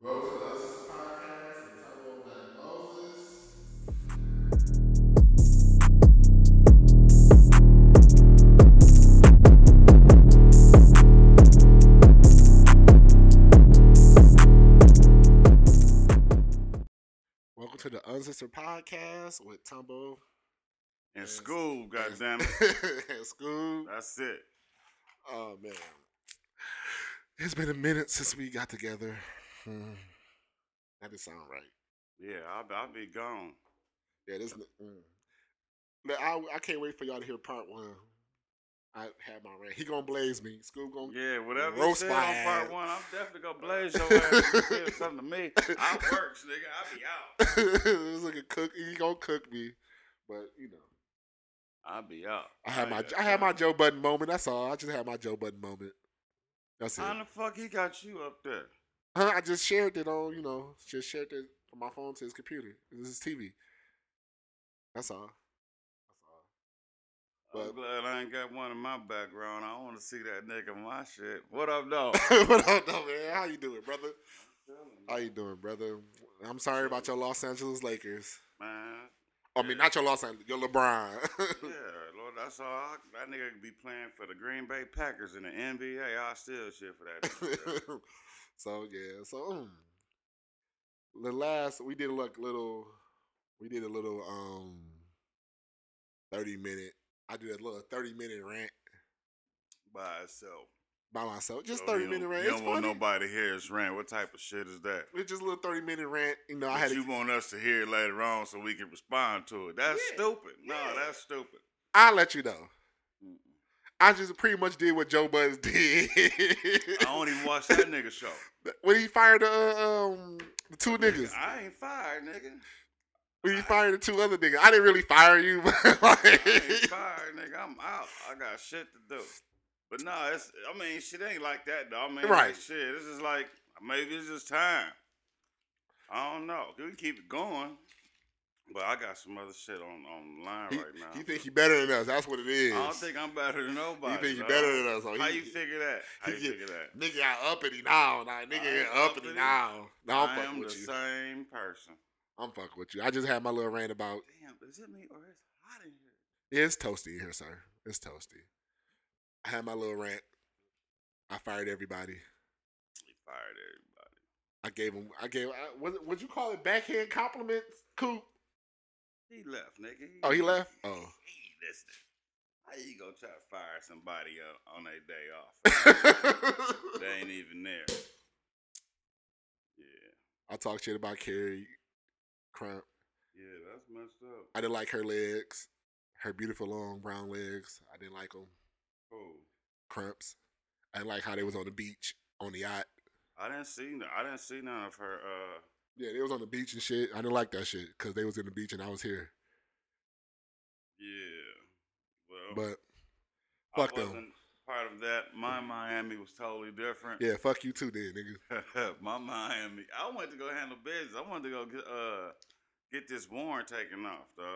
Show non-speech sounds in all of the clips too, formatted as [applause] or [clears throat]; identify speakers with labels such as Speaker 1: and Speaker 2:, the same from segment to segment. Speaker 1: Road to the Us podcast and Tumble Black Moses. Welcome to the Uncensored Podcast with Tumble
Speaker 2: In
Speaker 1: Yes.
Speaker 2: school, goddammit.
Speaker 1: [laughs]
Speaker 2: [laughs]
Speaker 1: and School.
Speaker 2: That's it.
Speaker 1: Oh man, it's been a minute since we got together. Hmm. That didn't sound right.
Speaker 2: Yeah, I'll, be- I'll be gone.
Speaker 1: Yeah, this. n- Mm. Now, I I can't wait for y'all to hear part one. I had my rant. He gonna blaze me. School gonna.
Speaker 2: Yeah, whatever
Speaker 1: Roast
Speaker 2: you said
Speaker 1: my
Speaker 2: on part
Speaker 1: ass.
Speaker 2: one, I'm definitely gonna
Speaker 1: [laughs]
Speaker 2: blaze your ass if you said something to me. I works, nigga. I'll be
Speaker 1: [laughs]
Speaker 2: out.
Speaker 1: this nigga cook. He gonna cook me. But you know,
Speaker 2: I'll be out.
Speaker 1: I had my
Speaker 2: Yeah,
Speaker 1: I had my Joe Button moment. That's all. I just had my Joe Button moment. That's it.
Speaker 2: How the fuck he got you up there?
Speaker 1: Huh, [laughs] I just shared it on. You know, just shared it from my phone to his computer. This is TV. That's all. [laughs] That's all. But-
Speaker 2: I'm glad I ain't got one in my background. I want to see that nigga in my shit. What up,
Speaker 1: [laughs]
Speaker 2: though?
Speaker 1: what up, though, uh, man? How you doing, brother? How you doing, brother? I'm sorry about your Los Angeles Lakers.
Speaker 2: man?
Speaker 1: I mean, not your Los Angeles, your LeBron. [laughs]
Speaker 2: Yeah, Lord, that's all. I, that nigga could be playing for the Green Bay Packers in the NBA. I still shit for that.
Speaker 1: [laughs]
Speaker 2: nigga.
Speaker 1: so yeah, so mm. the last we did a like little, we did a little um, thirty minute. I did a little thirty minute rant
Speaker 2: By itself.
Speaker 1: by myself, just
Speaker 2: So
Speaker 1: thirty
Speaker 2: Oh, you
Speaker 1: minute
Speaker 2: don't-
Speaker 1: rant.
Speaker 2: You
Speaker 1: It's
Speaker 2: don't want
Speaker 1: funny.
Speaker 2: nobody to hear us rant. What type of shit is that?
Speaker 1: It's just a little thirty minute rant. You know, I
Speaker 2: But
Speaker 1: had.
Speaker 2: you
Speaker 1: To,
Speaker 2: want us to hear it later on so we can respond to it. That's
Speaker 1: Yeah,
Speaker 2: stupid.
Speaker 1: yeah.
Speaker 2: No, that's
Speaker 1: [laughs]
Speaker 2: stupid.
Speaker 1: I'll let you know.
Speaker 2: Mm-mm.
Speaker 1: I just pretty much did what Joe Buzz [laughs] did.
Speaker 2: I don't even watch that nigga show.
Speaker 1: [laughs] when he fired the uh, um the two niggas.
Speaker 2: I ain't fired, nigga.
Speaker 1: When he fired the two other niggas. I didn't really fire you, [laughs] but
Speaker 2: I
Speaker 1: [laughs]
Speaker 2: ain't
Speaker 1: like,
Speaker 2: fired, nigga. I'm out. I got shit to do. But no, it's. I mean, shit ain't like that, though. I mean,
Speaker 1: Right.
Speaker 2: shit. This is like maybe it's just time. I don't know. We can keep it going, but I got some other shit on on line
Speaker 1: he,
Speaker 2: right now.
Speaker 1: he think he better than us. That's what it is.
Speaker 2: I don't think I'm better than nobody.
Speaker 1: he think he
Speaker 2: dog.
Speaker 1: better than us. So
Speaker 2: How
Speaker 1: he-
Speaker 2: you figure that? How you
Speaker 1: he-
Speaker 2: figure that?
Speaker 1: Nigga got uppity now. Nah, nigga
Speaker 2: ain't
Speaker 1: got uppity
Speaker 2: uppity.
Speaker 1: now. No, I'm
Speaker 2: I am
Speaker 1: fucking
Speaker 2: the
Speaker 1: with you.
Speaker 2: same person.
Speaker 1: I'm fucking with you. I just had my little rant about
Speaker 2: Damn, is it me or it's hot in here?
Speaker 1: yeah, it's toasty in here, sir. It's toasty. I had my little rant. I fired everybody.
Speaker 2: He fired everybody.
Speaker 1: I gave him. I gave. I, was it, would you call it backhand compliments, Coop?
Speaker 2: He left, nigga.
Speaker 1: Oh, he left? Oh.
Speaker 2: He listening. How you gonna try to fire somebody up on their day
Speaker 1: [laughs]
Speaker 2: off? they
Speaker 1: I
Speaker 2: ain't even there. Yeah,
Speaker 1: talked shit about Carrie Crump.
Speaker 2: yeah, that's messed up.
Speaker 1: I didn't like her legs, her beautiful long brown legs. I didn't like them.
Speaker 2: Cool.
Speaker 1: Crumps. I didn't like how they was on the beach on the yacht.
Speaker 2: I didn't see. no- I didn't see none of her. Uh,
Speaker 1: Yeah, they was on the beach and shit. I didn't like that shit because they was in the beach and I was here.
Speaker 2: yeah. Well,
Speaker 1: But fuck
Speaker 2: I
Speaker 1: them.
Speaker 2: wasn't part of that. My Miami was totally different.
Speaker 1: yeah, fuck you too, then nigga.
Speaker 2: [laughs] my Miami. I wanted to go handle business. I wanted to go get uh get this warrant taken off, dog.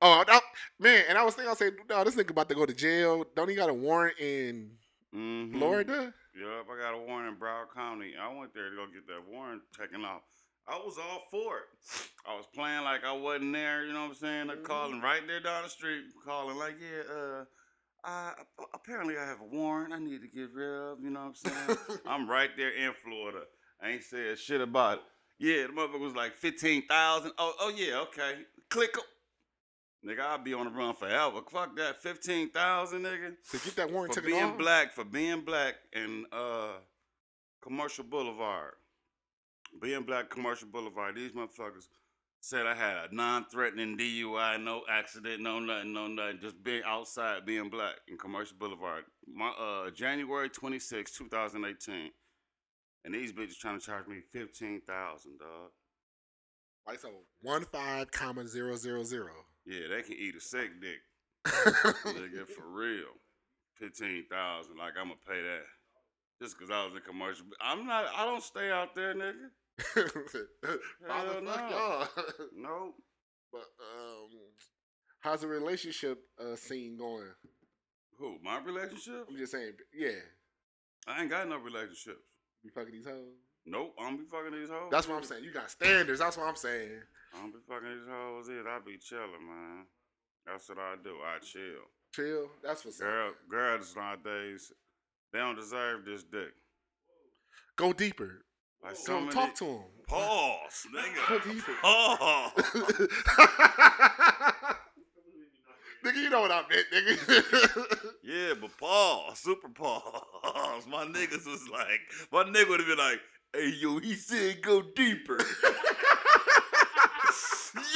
Speaker 1: Oh I- man, and I was thinking, I said, no, this nigga about to go to jail. Don't he got a warrant in
Speaker 2: Mm-hmm. [laughs]
Speaker 1: Florida?
Speaker 2: Yep, I got a warrant in Broward County. I went there to go get that warrant taken off. I was all for it. I was playing like I wasn't there, you know what I'm saying? They're
Speaker 1: Mhm.
Speaker 2: calling right there down the street, calling like, yeah, uh, I, apparently I have a warrant I need to get rid of, you know what I'm saying? I'm right there in Florida. I ain't said shit about it. Yeah, the motherfucker was like fifteen thousand. Oh, oh yeah, okay. Click 'em. Nigga, I'll be on the run forever. Fuck that. Fifteen thousand, nigga.
Speaker 1: to get that warrant
Speaker 2: For
Speaker 1: taken
Speaker 2: being
Speaker 1: off.
Speaker 2: black, for being black and uh Commercial Boulevard. Being black Commercial Boulevard, these motherfuckers said I had a non-threatening DUI, no accident, no nothing, no nothing. Just being outside, being black in Commercial Boulevard. My uh January 26, 2018. And these bitches trying to charge me fifteen thousand, dog.
Speaker 1: Like so, one five comma zero zero zero.
Speaker 2: Yeah, they can eat a sick dick. Nigga, for real. 15000 Like, I'm going to pay that. Just because I was in commercial. I'm not, I don't stay out there, nigga.
Speaker 1: [laughs] Father,
Speaker 2: Hell
Speaker 1: fuck
Speaker 2: no.
Speaker 1: y'all. [laughs]
Speaker 2: No.
Speaker 1: But um, how's the relationship uh, scene going?
Speaker 2: Who? My relationship?
Speaker 1: I'm just saying, yeah,
Speaker 2: I ain't got no relationships.
Speaker 1: you fucking these hoes.
Speaker 2: Nope, I don't be fucking these hoes.
Speaker 1: That's what I'm saying. You got standards. That's what I'm saying.
Speaker 2: I don't be fucking these hoes either. I be chilling, man. That's what I do. I chill.
Speaker 1: Chill. That's what's up.
Speaker 2: Girl, girls nowadays, they don't deserve this dick.
Speaker 1: Go deeper.
Speaker 2: Like
Speaker 1: Come
Speaker 2: some of
Speaker 1: talk
Speaker 2: the-
Speaker 1: to him.
Speaker 2: Pause,
Speaker 1: [laughs] Go
Speaker 2: nigga.
Speaker 1: deeper. [laughs]
Speaker 2: Pause.
Speaker 1: nigga, you know what I meant, nigga. [laughs]
Speaker 2: Yeah, but pause, [laughs] super pause. My niggas was like, my nigga would have been like, hey, yo, he said go deeper. [laughs] yo,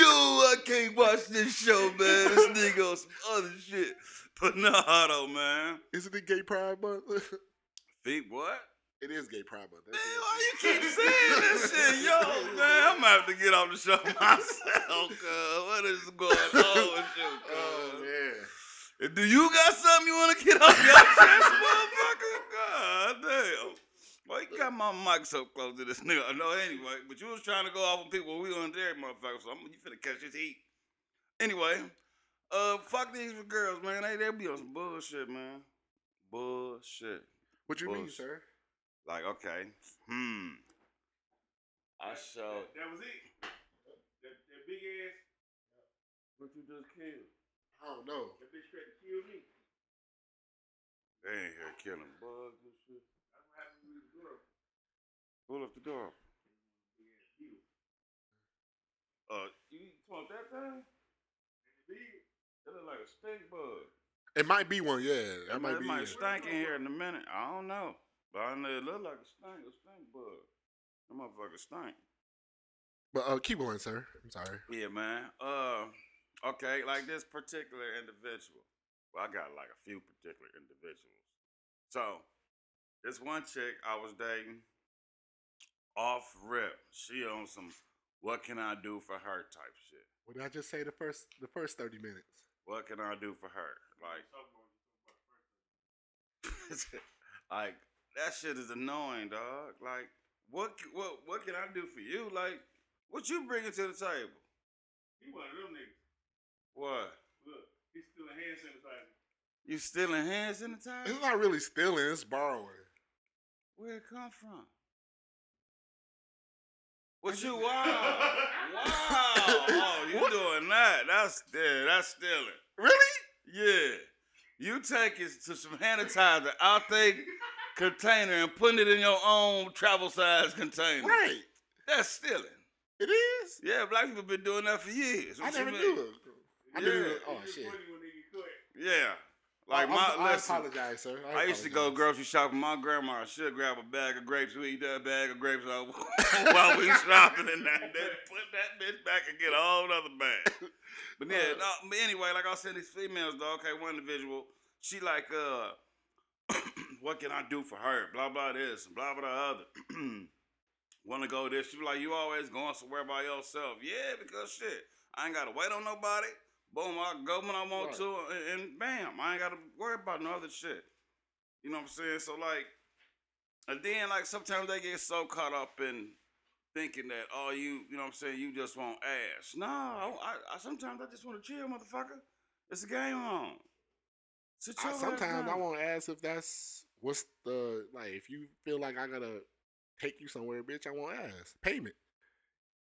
Speaker 2: I can't watch this show, man. This nigga on some other shit. But nah, though, man.
Speaker 1: Isn't it Gay Pride Month? [laughs]
Speaker 2: Feet what?
Speaker 1: it is Gay Pride Month.
Speaker 2: Man,
Speaker 1: That's it.
Speaker 2: why you keep saying this shit? Yo, man, I'm gonna have to get off the show [laughs] myself, cuz. What is going on with you, cuz?
Speaker 1: Oh man.
Speaker 2: And Do you got something you want to get off your chest, motherfucker? God damn. Why you got my mic so close to this nigga? I know anyway, but you was trying to go off on people. We on there, motherfucker, so I'm, you finna catch this heat. Anyway, uh, fuck these girls, man. They, they be on some bullshit, man. Bullshit.
Speaker 1: What you mean,
Speaker 2: Bullshit.
Speaker 1: sir?
Speaker 2: Like, okay, hmm. I showed.
Speaker 3: That, that was it. That, that big ass,
Speaker 2: What you just killed?
Speaker 1: I don't know.
Speaker 3: that bitch tried to kill me.
Speaker 2: They ain't here killing bugs and shit.
Speaker 3: That's what happened to this girl.
Speaker 2: Pull up the door. Uh, you want that thing? Big. That look like a stink bug.
Speaker 1: It might be one, yeah. That
Speaker 2: It
Speaker 1: might be.
Speaker 2: might
Speaker 1: it.
Speaker 2: stink in here in a minute. I don't know, but I know it look like a stink, a stink bug. That motherfucker stink.
Speaker 1: But uh, keep going, sir. I'm sorry.
Speaker 2: Yeah, man. Uh, okay, like this particular individual. Well, I got like a few particular individuals. So, this one chick I was dating, off rip, she on some what can I do for her type shit.
Speaker 1: What did I just say? The first, the first thirty minutes.
Speaker 2: What can I do for her? Like, [laughs] like that shit is annoying, dog. Like, what c- what what can I do for you? Like, what you bringing to the table?
Speaker 3: He one of them niggas.
Speaker 2: What?
Speaker 3: Look, he's still a hand sanitizer.
Speaker 2: You stealing hand sanitizer?
Speaker 1: It's not really stealing. It's borrowing.
Speaker 2: Where it come from? What you wow? [laughs] wow! Oh, you doing that? That's yeah, that's stealing.
Speaker 1: Really?
Speaker 2: Yeah. You take it to some sanitizer out they container and putting it in your own travel size container.
Speaker 1: Right.
Speaker 2: That's stealing.
Speaker 1: It is.
Speaker 2: Yeah, black people been doing that for years.
Speaker 1: I
Speaker 2: What you
Speaker 1: never
Speaker 2: mean?
Speaker 1: knew it. I
Speaker 2: Yeah.
Speaker 1: knew it. Oh
Speaker 3: It's
Speaker 1: shit.
Speaker 3: funny when they get caught.
Speaker 2: Yeah. Like
Speaker 1: I,
Speaker 2: my
Speaker 1: I, I
Speaker 2: listen,
Speaker 1: apologize, sir.
Speaker 2: I, used to go grocery shopping. My grandma should grab a bag of grapes. We eat that bag of grapes while [laughs] while we shopping, and that, then put that bitch back and get a whole other bag. But yeah,
Speaker 1: Uh,
Speaker 2: no, but anyway, like I said, these females, though. Okay, one individual, she like, uh, [clears throat] what can I do for her? Blah blah this, blah blah the other. [clears throat] Want to go this? She be like, you always going somewhere by yourself? Yeah, because shit, I ain't gotta wait on nobody. Boom, I go when I want
Speaker 1: Right.
Speaker 2: to, and, and bam, I ain't gotta worry about no other shit. You know what I'm saying? So like, and then like sometimes they get so caught up in thinking that oh you you know what I'm saying you just want ass. No, I, I sometimes I just want to chill, motherfucker. It's a game on. Sit your
Speaker 1: I,
Speaker 2: ass
Speaker 1: sometimes I
Speaker 2: down.
Speaker 1: won't ask if that's what's the like. If you feel like I gotta take you somewhere, bitch, I won't ask. Payment.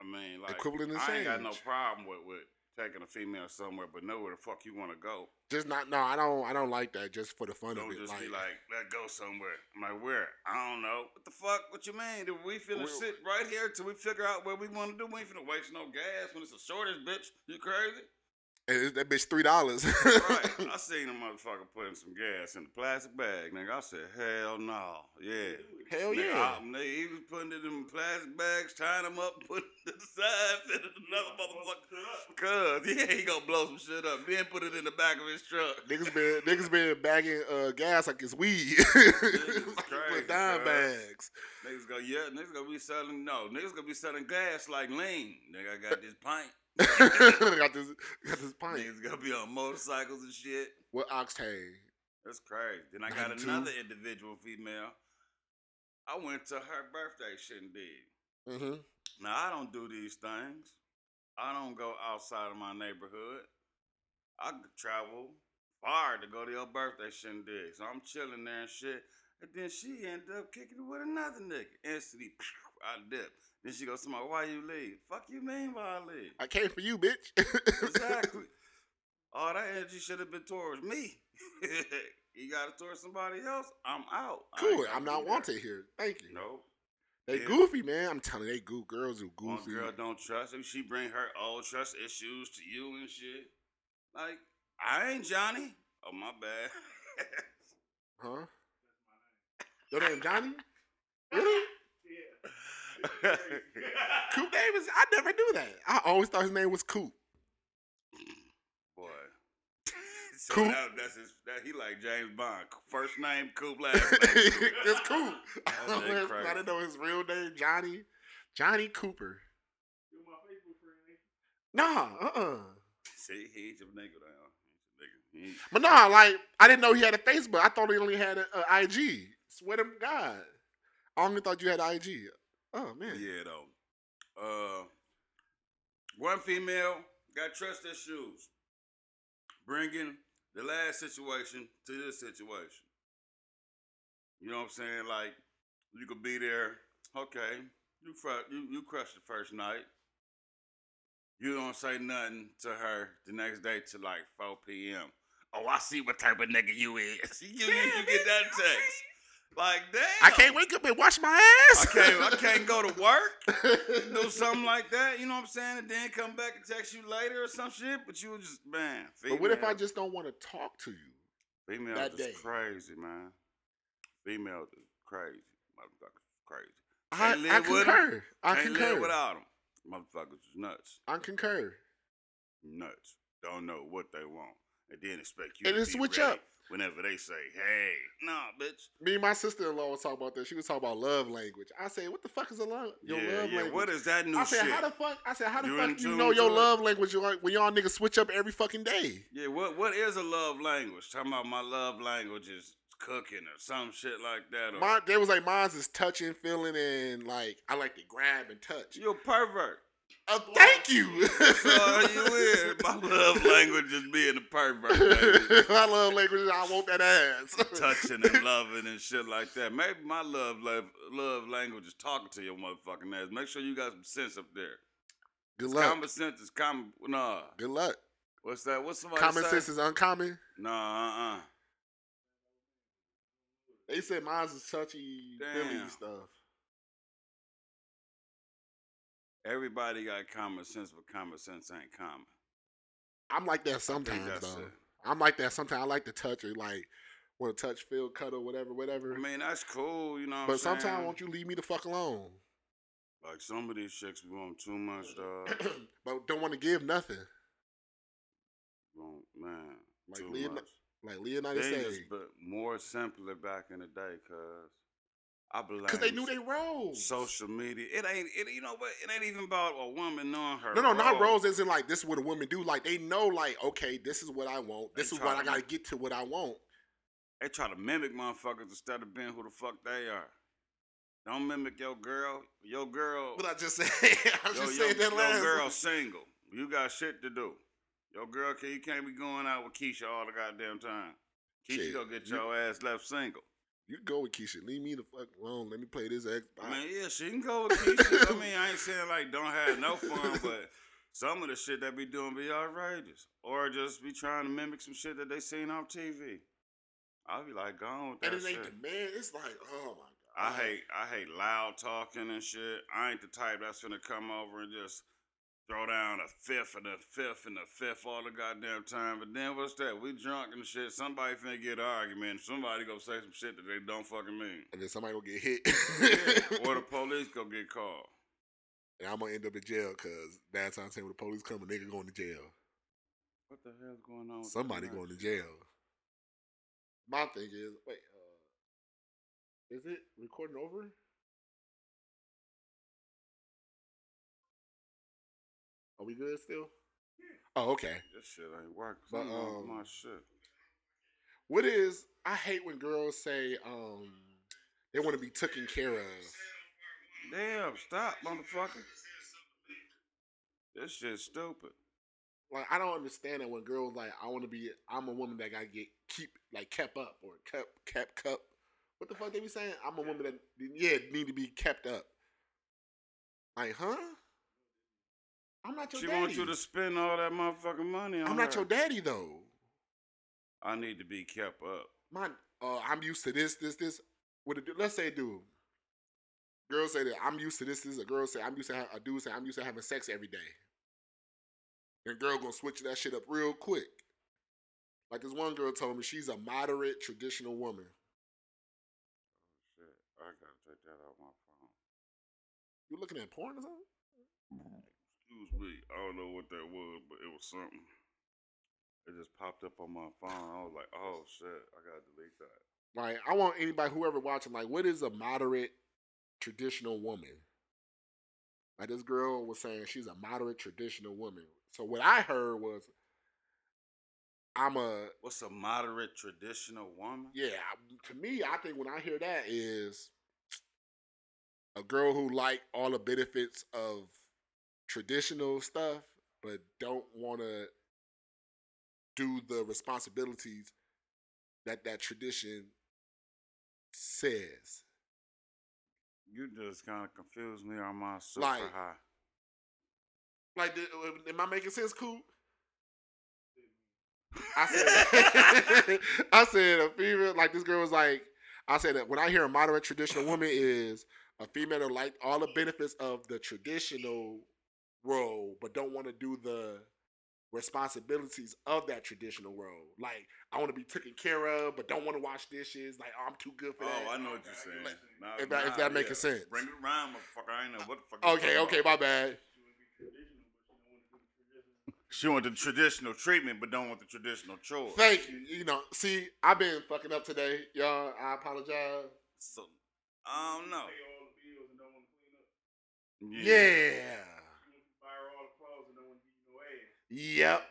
Speaker 2: I mean, like
Speaker 1: Equivalent in
Speaker 2: I ain't got no
Speaker 1: change.
Speaker 2: problem with with taking a female somewhere, but know where the fuck you want to go.
Speaker 1: Just not. No, I don't. I don't like that. Just for the fun of
Speaker 2: Don't
Speaker 1: it.
Speaker 2: just be like, let go somewhere. I'm like, where? I don't know. What the fuck? What you mean? Do we finna
Speaker 1: Well-
Speaker 2: sit right here till we figure out what we want to do? We ain't finna waste no gas when it's the shortest, bitch. You crazy?
Speaker 1: and it- that bitch three dollars.
Speaker 2: right. I seen a motherfucker putting some gas in a plastic bag, nigga. I said, hell no. Yeah.
Speaker 1: [laughs] Hell Oh,
Speaker 2: nigga,
Speaker 1: yeah.
Speaker 2: I- nigga, he was putting it in plastic bags, tying them up, [laughs] putting it to the side, fitting another motherfucker. Cuz, yeah, he gonna blow some shit up, then put it in the back of his truck.
Speaker 1: Niggas been niggas been bagging uh, gas like it's weed. [laughs] Like,
Speaker 2: crazy,
Speaker 1: with dime
Speaker 2: bruh.
Speaker 1: bags. [laughs]
Speaker 2: Niggas go, yeah, niggas gonna be selling, no, niggas gonna be selling gas like lean. Nigga, I got this pint.
Speaker 1: got this got this pint.
Speaker 2: Niggas gonna be on motorcycles and shit.
Speaker 1: What octane?
Speaker 2: That's crazy. Then I got
Speaker 1: 92.
Speaker 2: another individual female. I went to her birthday shit and did.
Speaker 1: Mm-hmm.
Speaker 2: Now I don't do these things. I don't go outside of my neighborhood. I could travel far to go to your birthday shindig. So I'm chilling there and shit. And then she ended up kicking it with another nigga. Instantly, [laughs] I dip. Then she goes to my, why you leave? Fuck you mean why I leave?
Speaker 1: I came for you, bitch. [laughs]
Speaker 2: Exactly. All that energy should have been towards me. [laughs] you got it towards somebody else. I'm out. I ain't
Speaker 1: cool.
Speaker 2: gotta
Speaker 1: I'm
Speaker 2: be
Speaker 1: not
Speaker 2: there.
Speaker 1: wanted here. Thank you.
Speaker 2: No.
Speaker 1: They
Speaker 2: Yeah.
Speaker 1: goofy, man. I'm telling you, they goo girls are
Speaker 2: One
Speaker 1: goofy.
Speaker 2: girl don't trust him. She bring her old trust issues to you and shit. Like, I ain't Johnny. Oh, my bad.
Speaker 1: Huh? Your name
Speaker 2: [laughs]
Speaker 1: Johnny? Really?
Speaker 3: Yeah.
Speaker 2: [laughs]
Speaker 3: Crazy.
Speaker 1: Coop Davis? I never knew that. I always thought his name was Coop. [laughs]
Speaker 2: Boy. [laughs] So
Speaker 1: Coop.
Speaker 2: that- that's his, that, he like James Bond. First name, Coop, last name.
Speaker 1: [laughs]
Speaker 2: Coop.
Speaker 1: it's Coop.
Speaker 2: [laughs] That
Speaker 1: I
Speaker 2: nigga
Speaker 1: didn't- I
Speaker 2: crazy.
Speaker 1: didn't know his real name, Johnny. Johnny Cooper.
Speaker 3: You're my Facebook friend. ain't
Speaker 1: Nah,
Speaker 3: you?
Speaker 1: uh uh
Speaker 2: See, he ain't your nigga now. He ain't your nigga. He ain't-
Speaker 1: But nah, like, I didn't know he had a Facebook. I thought he only had an IG. Swear to God. I only thought you had IG. Oh, man.
Speaker 2: Yeah, though. Uh, one female got trust issues, bringing the last situation to this situation. You know what I'm saying? Like, you could be there. Okay, you fr- you you crushed the first night. You don't say nothing to her the next day till like 4 p.m. Oh, I see what type of nigga you is. [laughs] You, you, you get that text. Like, damn.
Speaker 1: I can't wake up and wash my
Speaker 2: I
Speaker 1: ass.
Speaker 2: can't, I can't go to work
Speaker 1: [laughs] can't.
Speaker 2: do something like that, you know what I'm saying, and then come back and text you later or some shit. But you was just man. Female,
Speaker 1: But what if I just don't want to talk to you?
Speaker 2: female
Speaker 1: that
Speaker 2: is
Speaker 1: day?
Speaker 2: crazy, man. Female is crazy, motherfuckers is crazy.
Speaker 1: I,
Speaker 2: Can't live
Speaker 1: I
Speaker 2: with 'em.
Speaker 1: concur. I
Speaker 2: Can't
Speaker 1: concur.
Speaker 2: live without them. Motherfuckers is nuts,
Speaker 1: I concur.
Speaker 2: nuts. Don't know what they want, and then expect you
Speaker 1: And
Speaker 2: to
Speaker 1: then
Speaker 2: be
Speaker 1: switch
Speaker 2: ready
Speaker 1: up.
Speaker 2: whenever they say, "Hey, nah, bitch."
Speaker 1: Me and my sister in law was talking about this. She was talking about love language. I said, "What the fuck is a love? Your
Speaker 2: yeah,
Speaker 1: love
Speaker 2: yeah.
Speaker 1: language?"
Speaker 2: What is that new
Speaker 1: I said,
Speaker 2: shit?
Speaker 1: "How the fuck?" I said, "How the
Speaker 2: You in
Speaker 1: fuck you
Speaker 2: tune
Speaker 1: know your
Speaker 2: to it?
Speaker 1: love language? You're like, when y'all niggas switch up every fucking day."
Speaker 2: Yeah, what what is a love language? Talking about my love language is cooking or some shit like that. Or
Speaker 1: My, they was like, "Mine's is touching, feeling, and like I like to grab and touch."
Speaker 2: you a pervert.
Speaker 1: Uh, thank you.
Speaker 2: So you is.
Speaker 1: [laughs]
Speaker 2: My love language is being a pervert, baby.
Speaker 1: my love language. is I want that ass.
Speaker 2: Touching and loving and shit like that. Maybe my love, love love language is talking to your motherfucking ass. Make sure you got some sense up there.
Speaker 1: [laughs] Good
Speaker 2: It's
Speaker 1: luck.
Speaker 2: Common sense is common. Nah.
Speaker 1: Good luck.
Speaker 2: What's that? What's somebody
Speaker 1: Common
Speaker 2: say?
Speaker 1: sense is uncommon.
Speaker 2: Nah, uh uh
Speaker 1: They said mine's is touchy, feely
Speaker 2: Damn.
Speaker 1: stuff.
Speaker 2: Everybody got common sense, but common sense ain't common.
Speaker 1: I'm like that
Speaker 2: I think
Speaker 1: sometimes
Speaker 2: that's
Speaker 1: though.
Speaker 2: it.
Speaker 1: I'm like that sometimes. I like to touch or like want to touch, feel, cuddle, whatever, whatever.
Speaker 2: I mean, that's cool, you know what I'm
Speaker 1: but
Speaker 2: saying?
Speaker 1: sometimes, won't you leave me the fuck alone? [clears throat]
Speaker 2: Like, some of these chicks we want too much, dog.
Speaker 1: but don't want to give nothing.
Speaker 2: want, man,
Speaker 1: Like
Speaker 2: too
Speaker 1: Leon-
Speaker 2: much.
Speaker 1: Like Leonidas
Speaker 2: They
Speaker 1: said,
Speaker 2: just but more simpler back in the day, cause I blame
Speaker 1: because they knew they roles.
Speaker 2: social media. It ain't it, you know what? It ain't even about a woman knowing her.
Speaker 1: no, no, not
Speaker 2: role.
Speaker 1: roles. Isn't like this is what a woman do. Like they know, like okay, this is what I want.
Speaker 2: They
Speaker 1: This is what I
Speaker 2: tryna-
Speaker 1: gotta get to what I want.
Speaker 2: They try to mimic motherfuckers instead of being who the fuck they are. Don't mimic your girl. Your girl.
Speaker 1: But I just [laughs] said, I
Speaker 2: Oh. yo,
Speaker 1: just
Speaker 2: yo-
Speaker 1: said that
Speaker 2: yo
Speaker 1: last.
Speaker 2: girl single. You got shit to do. Your girl, can, you can't be going out with Keisha all the goddamn time. Keisha
Speaker 1: Shit,
Speaker 2: gonna get
Speaker 1: you-
Speaker 2: your ass left single.
Speaker 1: You go with Keisha. Leave me the fuck alone. Let me play this Xbox.
Speaker 2: I mean, yeah, she can go with Keisha. I mean, I ain't saying like don't have no fun, but some of the shit that be doing be outrageous, or just be trying to mimic some shit that they seen on TV. I'll be like, gone with
Speaker 1: and
Speaker 2: that
Speaker 1: it
Speaker 2: shit.
Speaker 1: ain't the man. It's like, oh my god.
Speaker 2: I hate, I hate loud talking and shit. I ain't the type that's gonna come over and just throw down a fifth and a fifth and a fifth all the goddamn time. But then what's that? We drunk and shit. Somebody finna get an argument. Somebody gonna say some shit that they don't fucking mean.
Speaker 1: and then somebody gonna get hit.
Speaker 2: Yeah, or the police gonna get called.
Speaker 1: [laughs] and I'm gonna end up in jail because that's how I'm saying when the police come, a nigga going to jail.
Speaker 2: What the hell's going on? with
Speaker 1: Somebody
Speaker 2: tonight?
Speaker 1: going to jail. My thing is, wait, uh, is it recording over? Are we good still? Oh, okay.
Speaker 2: This shit ain't working.
Speaker 1: But,
Speaker 2: Something wrong with
Speaker 1: um,
Speaker 2: my shit.
Speaker 1: What is? I hate when girls say um they want to be taken care of.
Speaker 2: Damn, stop, motherfucker. This shit's stupid.
Speaker 1: Like I don't understand that when girls like I want to be. I'm a woman that gotta get keep like kept up or kept kept cup. What the fuck they be saying? I'm a woman that yeah need to be kept up. Like, huh? I'm not your
Speaker 2: She
Speaker 1: daddy.
Speaker 2: wants you to spend all that motherfucking money on
Speaker 1: I'm not
Speaker 2: her.
Speaker 1: your daddy though.
Speaker 2: I need to be kept up.
Speaker 1: My, uh, I'm used to this, this, this. With a, du- let's say, a dude, girls say that I'm used to this. This a girl say I'm used to ha- a dude say I'm used to having sex every day. And girl gonna switch that shit up real quick. Like this one girl told me, she's a moderate traditional woman.
Speaker 2: Shit, I gotta take that out my phone.
Speaker 1: You looking at porn or something?
Speaker 2: Excuse me, I don't know what that was, but it was something. It just popped up on my phone. I was like, oh shit, I gotta delete that.
Speaker 1: Like, I want anybody, whoever watching, like, what is a moderate traditional woman? Like, this girl was saying she's a moderate traditional woman. So, what I heard was, I'm a,
Speaker 2: What's a moderate traditional woman?
Speaker 1: yeah, I- to me, I think when I hear that is a girl who like all the benefits of traditional stuff, but don't want to do the responsibilities that that tradition says.
Speaker 2: You just kind of confused me on my super
Speaker 1: Like-
Speaker 2: high.
Speaker 1: Like, did, am I making sense, Coop? I [laughs] said, I said a female like this girl was like, I said that when I hear a moderate traditional woman is a female that like all the benefits of the traditional role, but don't want to do the responsibilities of that traditional role. Like, I want to be taken care of, but don't want to wash dishes. Like, I'm too good for
Speaker 2: Oh, I
Speaker 1: that.
Speaker 2: know what you're saying.
Speaker 1: Like,
Speaker 2: Nah,
Speaker 1: if that- if that
Speaker 2: nah,
Speaker 1: making sense.
Speaker 2: Bring it around, motherfucker. I ain't know what the fuck. you
Speaker 1: okay,
Speaker 2: talking
Speaker 1: okay,
Speaker 2: about.
Speaker 1: my bad.
Speaker 2: She want the traditional treatment, but don't want the traditional chores.
Speaker 1: Thank you. You know, see, I've been fucking up today, y'all. I apologize.
Speaker 2: So, I don't know.
Speaker 1: yeah. Yep.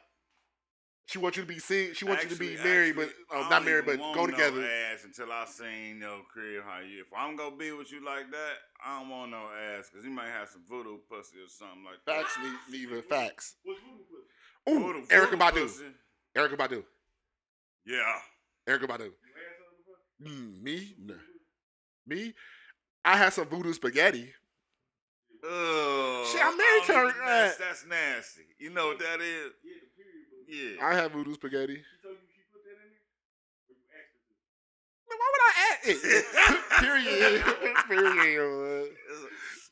Speaker 1: She wants you to be sing- she wants you to be
Speaker 2: Actually-
Speaker 1: married,
Speaker 2: actually,
Speaker 1: but
Speaker 2: I
Speaker 1: uh,
Speaker 2: don't
Speaker 1: not married, but
Speaker 2: even eh.
Speaker 1: go
Speaker 2: want no
Speaker 1: together.
Speaker 2: ass until I seen no crib. How you? If I'm gonna be with you like that, I don't want no ass because you might have some voodoo pussy or something like that.
Speaker 1: Facts, le- leaving facts.
Speaker 3: What's Voodoo Pussy?
Speaker 1: Ooh,
Speaker 2: Voodoo-
Speaker 1: Erica
Speaker 2: voodoo
Speaker 1: Badu.
Speaker 2: pussy.
Speaker 1: Erica Badu.
Speaker 2: Yeah.
Speaker 1: Erica Badu.
Speaker 3: You had something before?
Speaker 1: Mm, me, no. me. I had some voodoo spaghetti.
Speaker 2: Ugh.
Speaker 1: Shit, I'm married
Speaker 2: I don't
Speaker 1: to her,
Speaker 2: even- That's,
Speaker 1: uh,
Speaker 2: that's nasty. You know what that is?
Speaker 3: Yeah, the period book.
Speaker 2: Yeah.
Speaker 1: I had voodoo spaghetti. Man,
Speaker 3: She told you she put that in there? Or you asked her to?
Speaker 1: why would I add it? [laughs] Period. Period. man.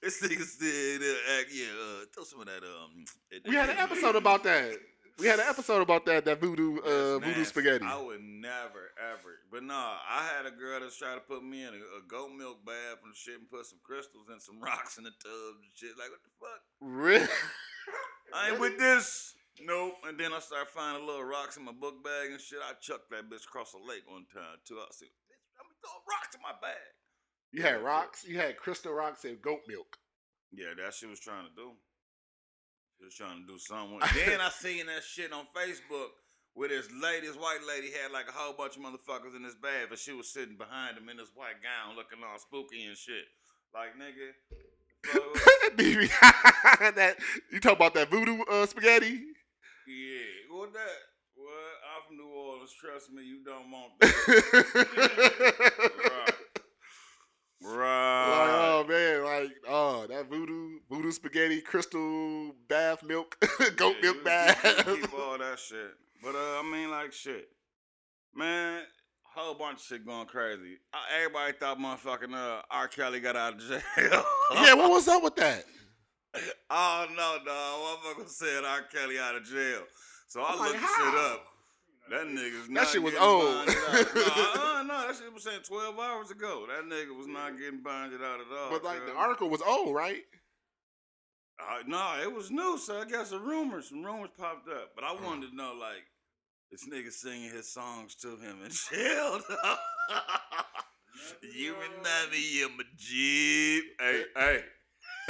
Speaker 4: This nigga said, uh, act- yeah, uh, throw some of that. Um, that-
Speaker 1: We had an
Speaker 4: that-
Speaker 1: episode about that. We had an episode about that. That voodoo, uh,
Speaker 2: That's
Speaker 1: voodoo
Speaker 2: nasty.
Speaker 1: spaghetti.
Speaker 2: I would never, ever. But nah, I had a girl that's trying to put me in a, a goat milk bath and shit and put some crystals and some [laughs] rocks in the tub and shit. Like, what the fuck?
Speaker 1: Really? [laughs]
Speaker 2: I ain't with this. Nope. And then I started finding little rocks in my book bag and shit. I chucked that bitch across the lake one time too. I said, bitch, I'm throwing rocks in my bag.
Speaker 1: You had rocks. You had crystal rocks and goat milk.
Speaker 2: Yeah, that shit was trying to do. She was trying to do something. then I seen that shit on Facebook where this lady, this white lady had like a whole bunch of motherfuckers in this bath, but she was sitting behind him in this white gown looking all spooky and shit. Like, nigga. so-
Speaker 1: Baby, [laughs] that you talk about that voodoo uh, spaghetti? [laughs]
Speaker 2: yeah, what that? Well, I'm from New Orleans. Trust me, you don't want that. right.
Speaker 1: Like,
Speaker 2: Right.
Speaker 1: oh man, like oh that voodoo voodoo spaghetti, crystal bath milk, [laughs] goat
Speaker 2: Yeah,
Speaker 1: milk
Speaker 2: we-
Speaker 1: bath.
Speaker 2: we Keep all that shit. But uh, I mean, like shit, man. Whole bunch of shit going crazy. Uh, everybody thought motherfucking uh, R. Kelly got out of jail.
Speaker 1: [laughs] [laughs] yeah, what was up with that?
Speaker 2: [laughs] oh no, no, motherfucker said R. Kelly out of jail. So I
Speaker 1: I'm like,
Speaker 2: looked the shit
Speaker 1: how?
Speaker 2: up. That nigga's not
Speaker 1: shit was
Speaker 2: getting
Speaker 1: old.
Speaker 2: bonded out.
Speaker 1: [laughs]
Speaker 2: no, uh, no, that shit was saying twelve hours ago. That nigga was not getting bonded out at all.
Speaker 1: but like the
Speaker 2: cuz.
Speaker 1: article was old, right? [laughs]
Speaker 2: Uh, no, it was new, so I guess the rumors, some rumors popped up. But I
Speaker 3: Uh-huh.
Speaker 2: wanted to know, like, this nigga singing his songs to him [laughs] in jail. you remember you, my Jeep. Hey, hey,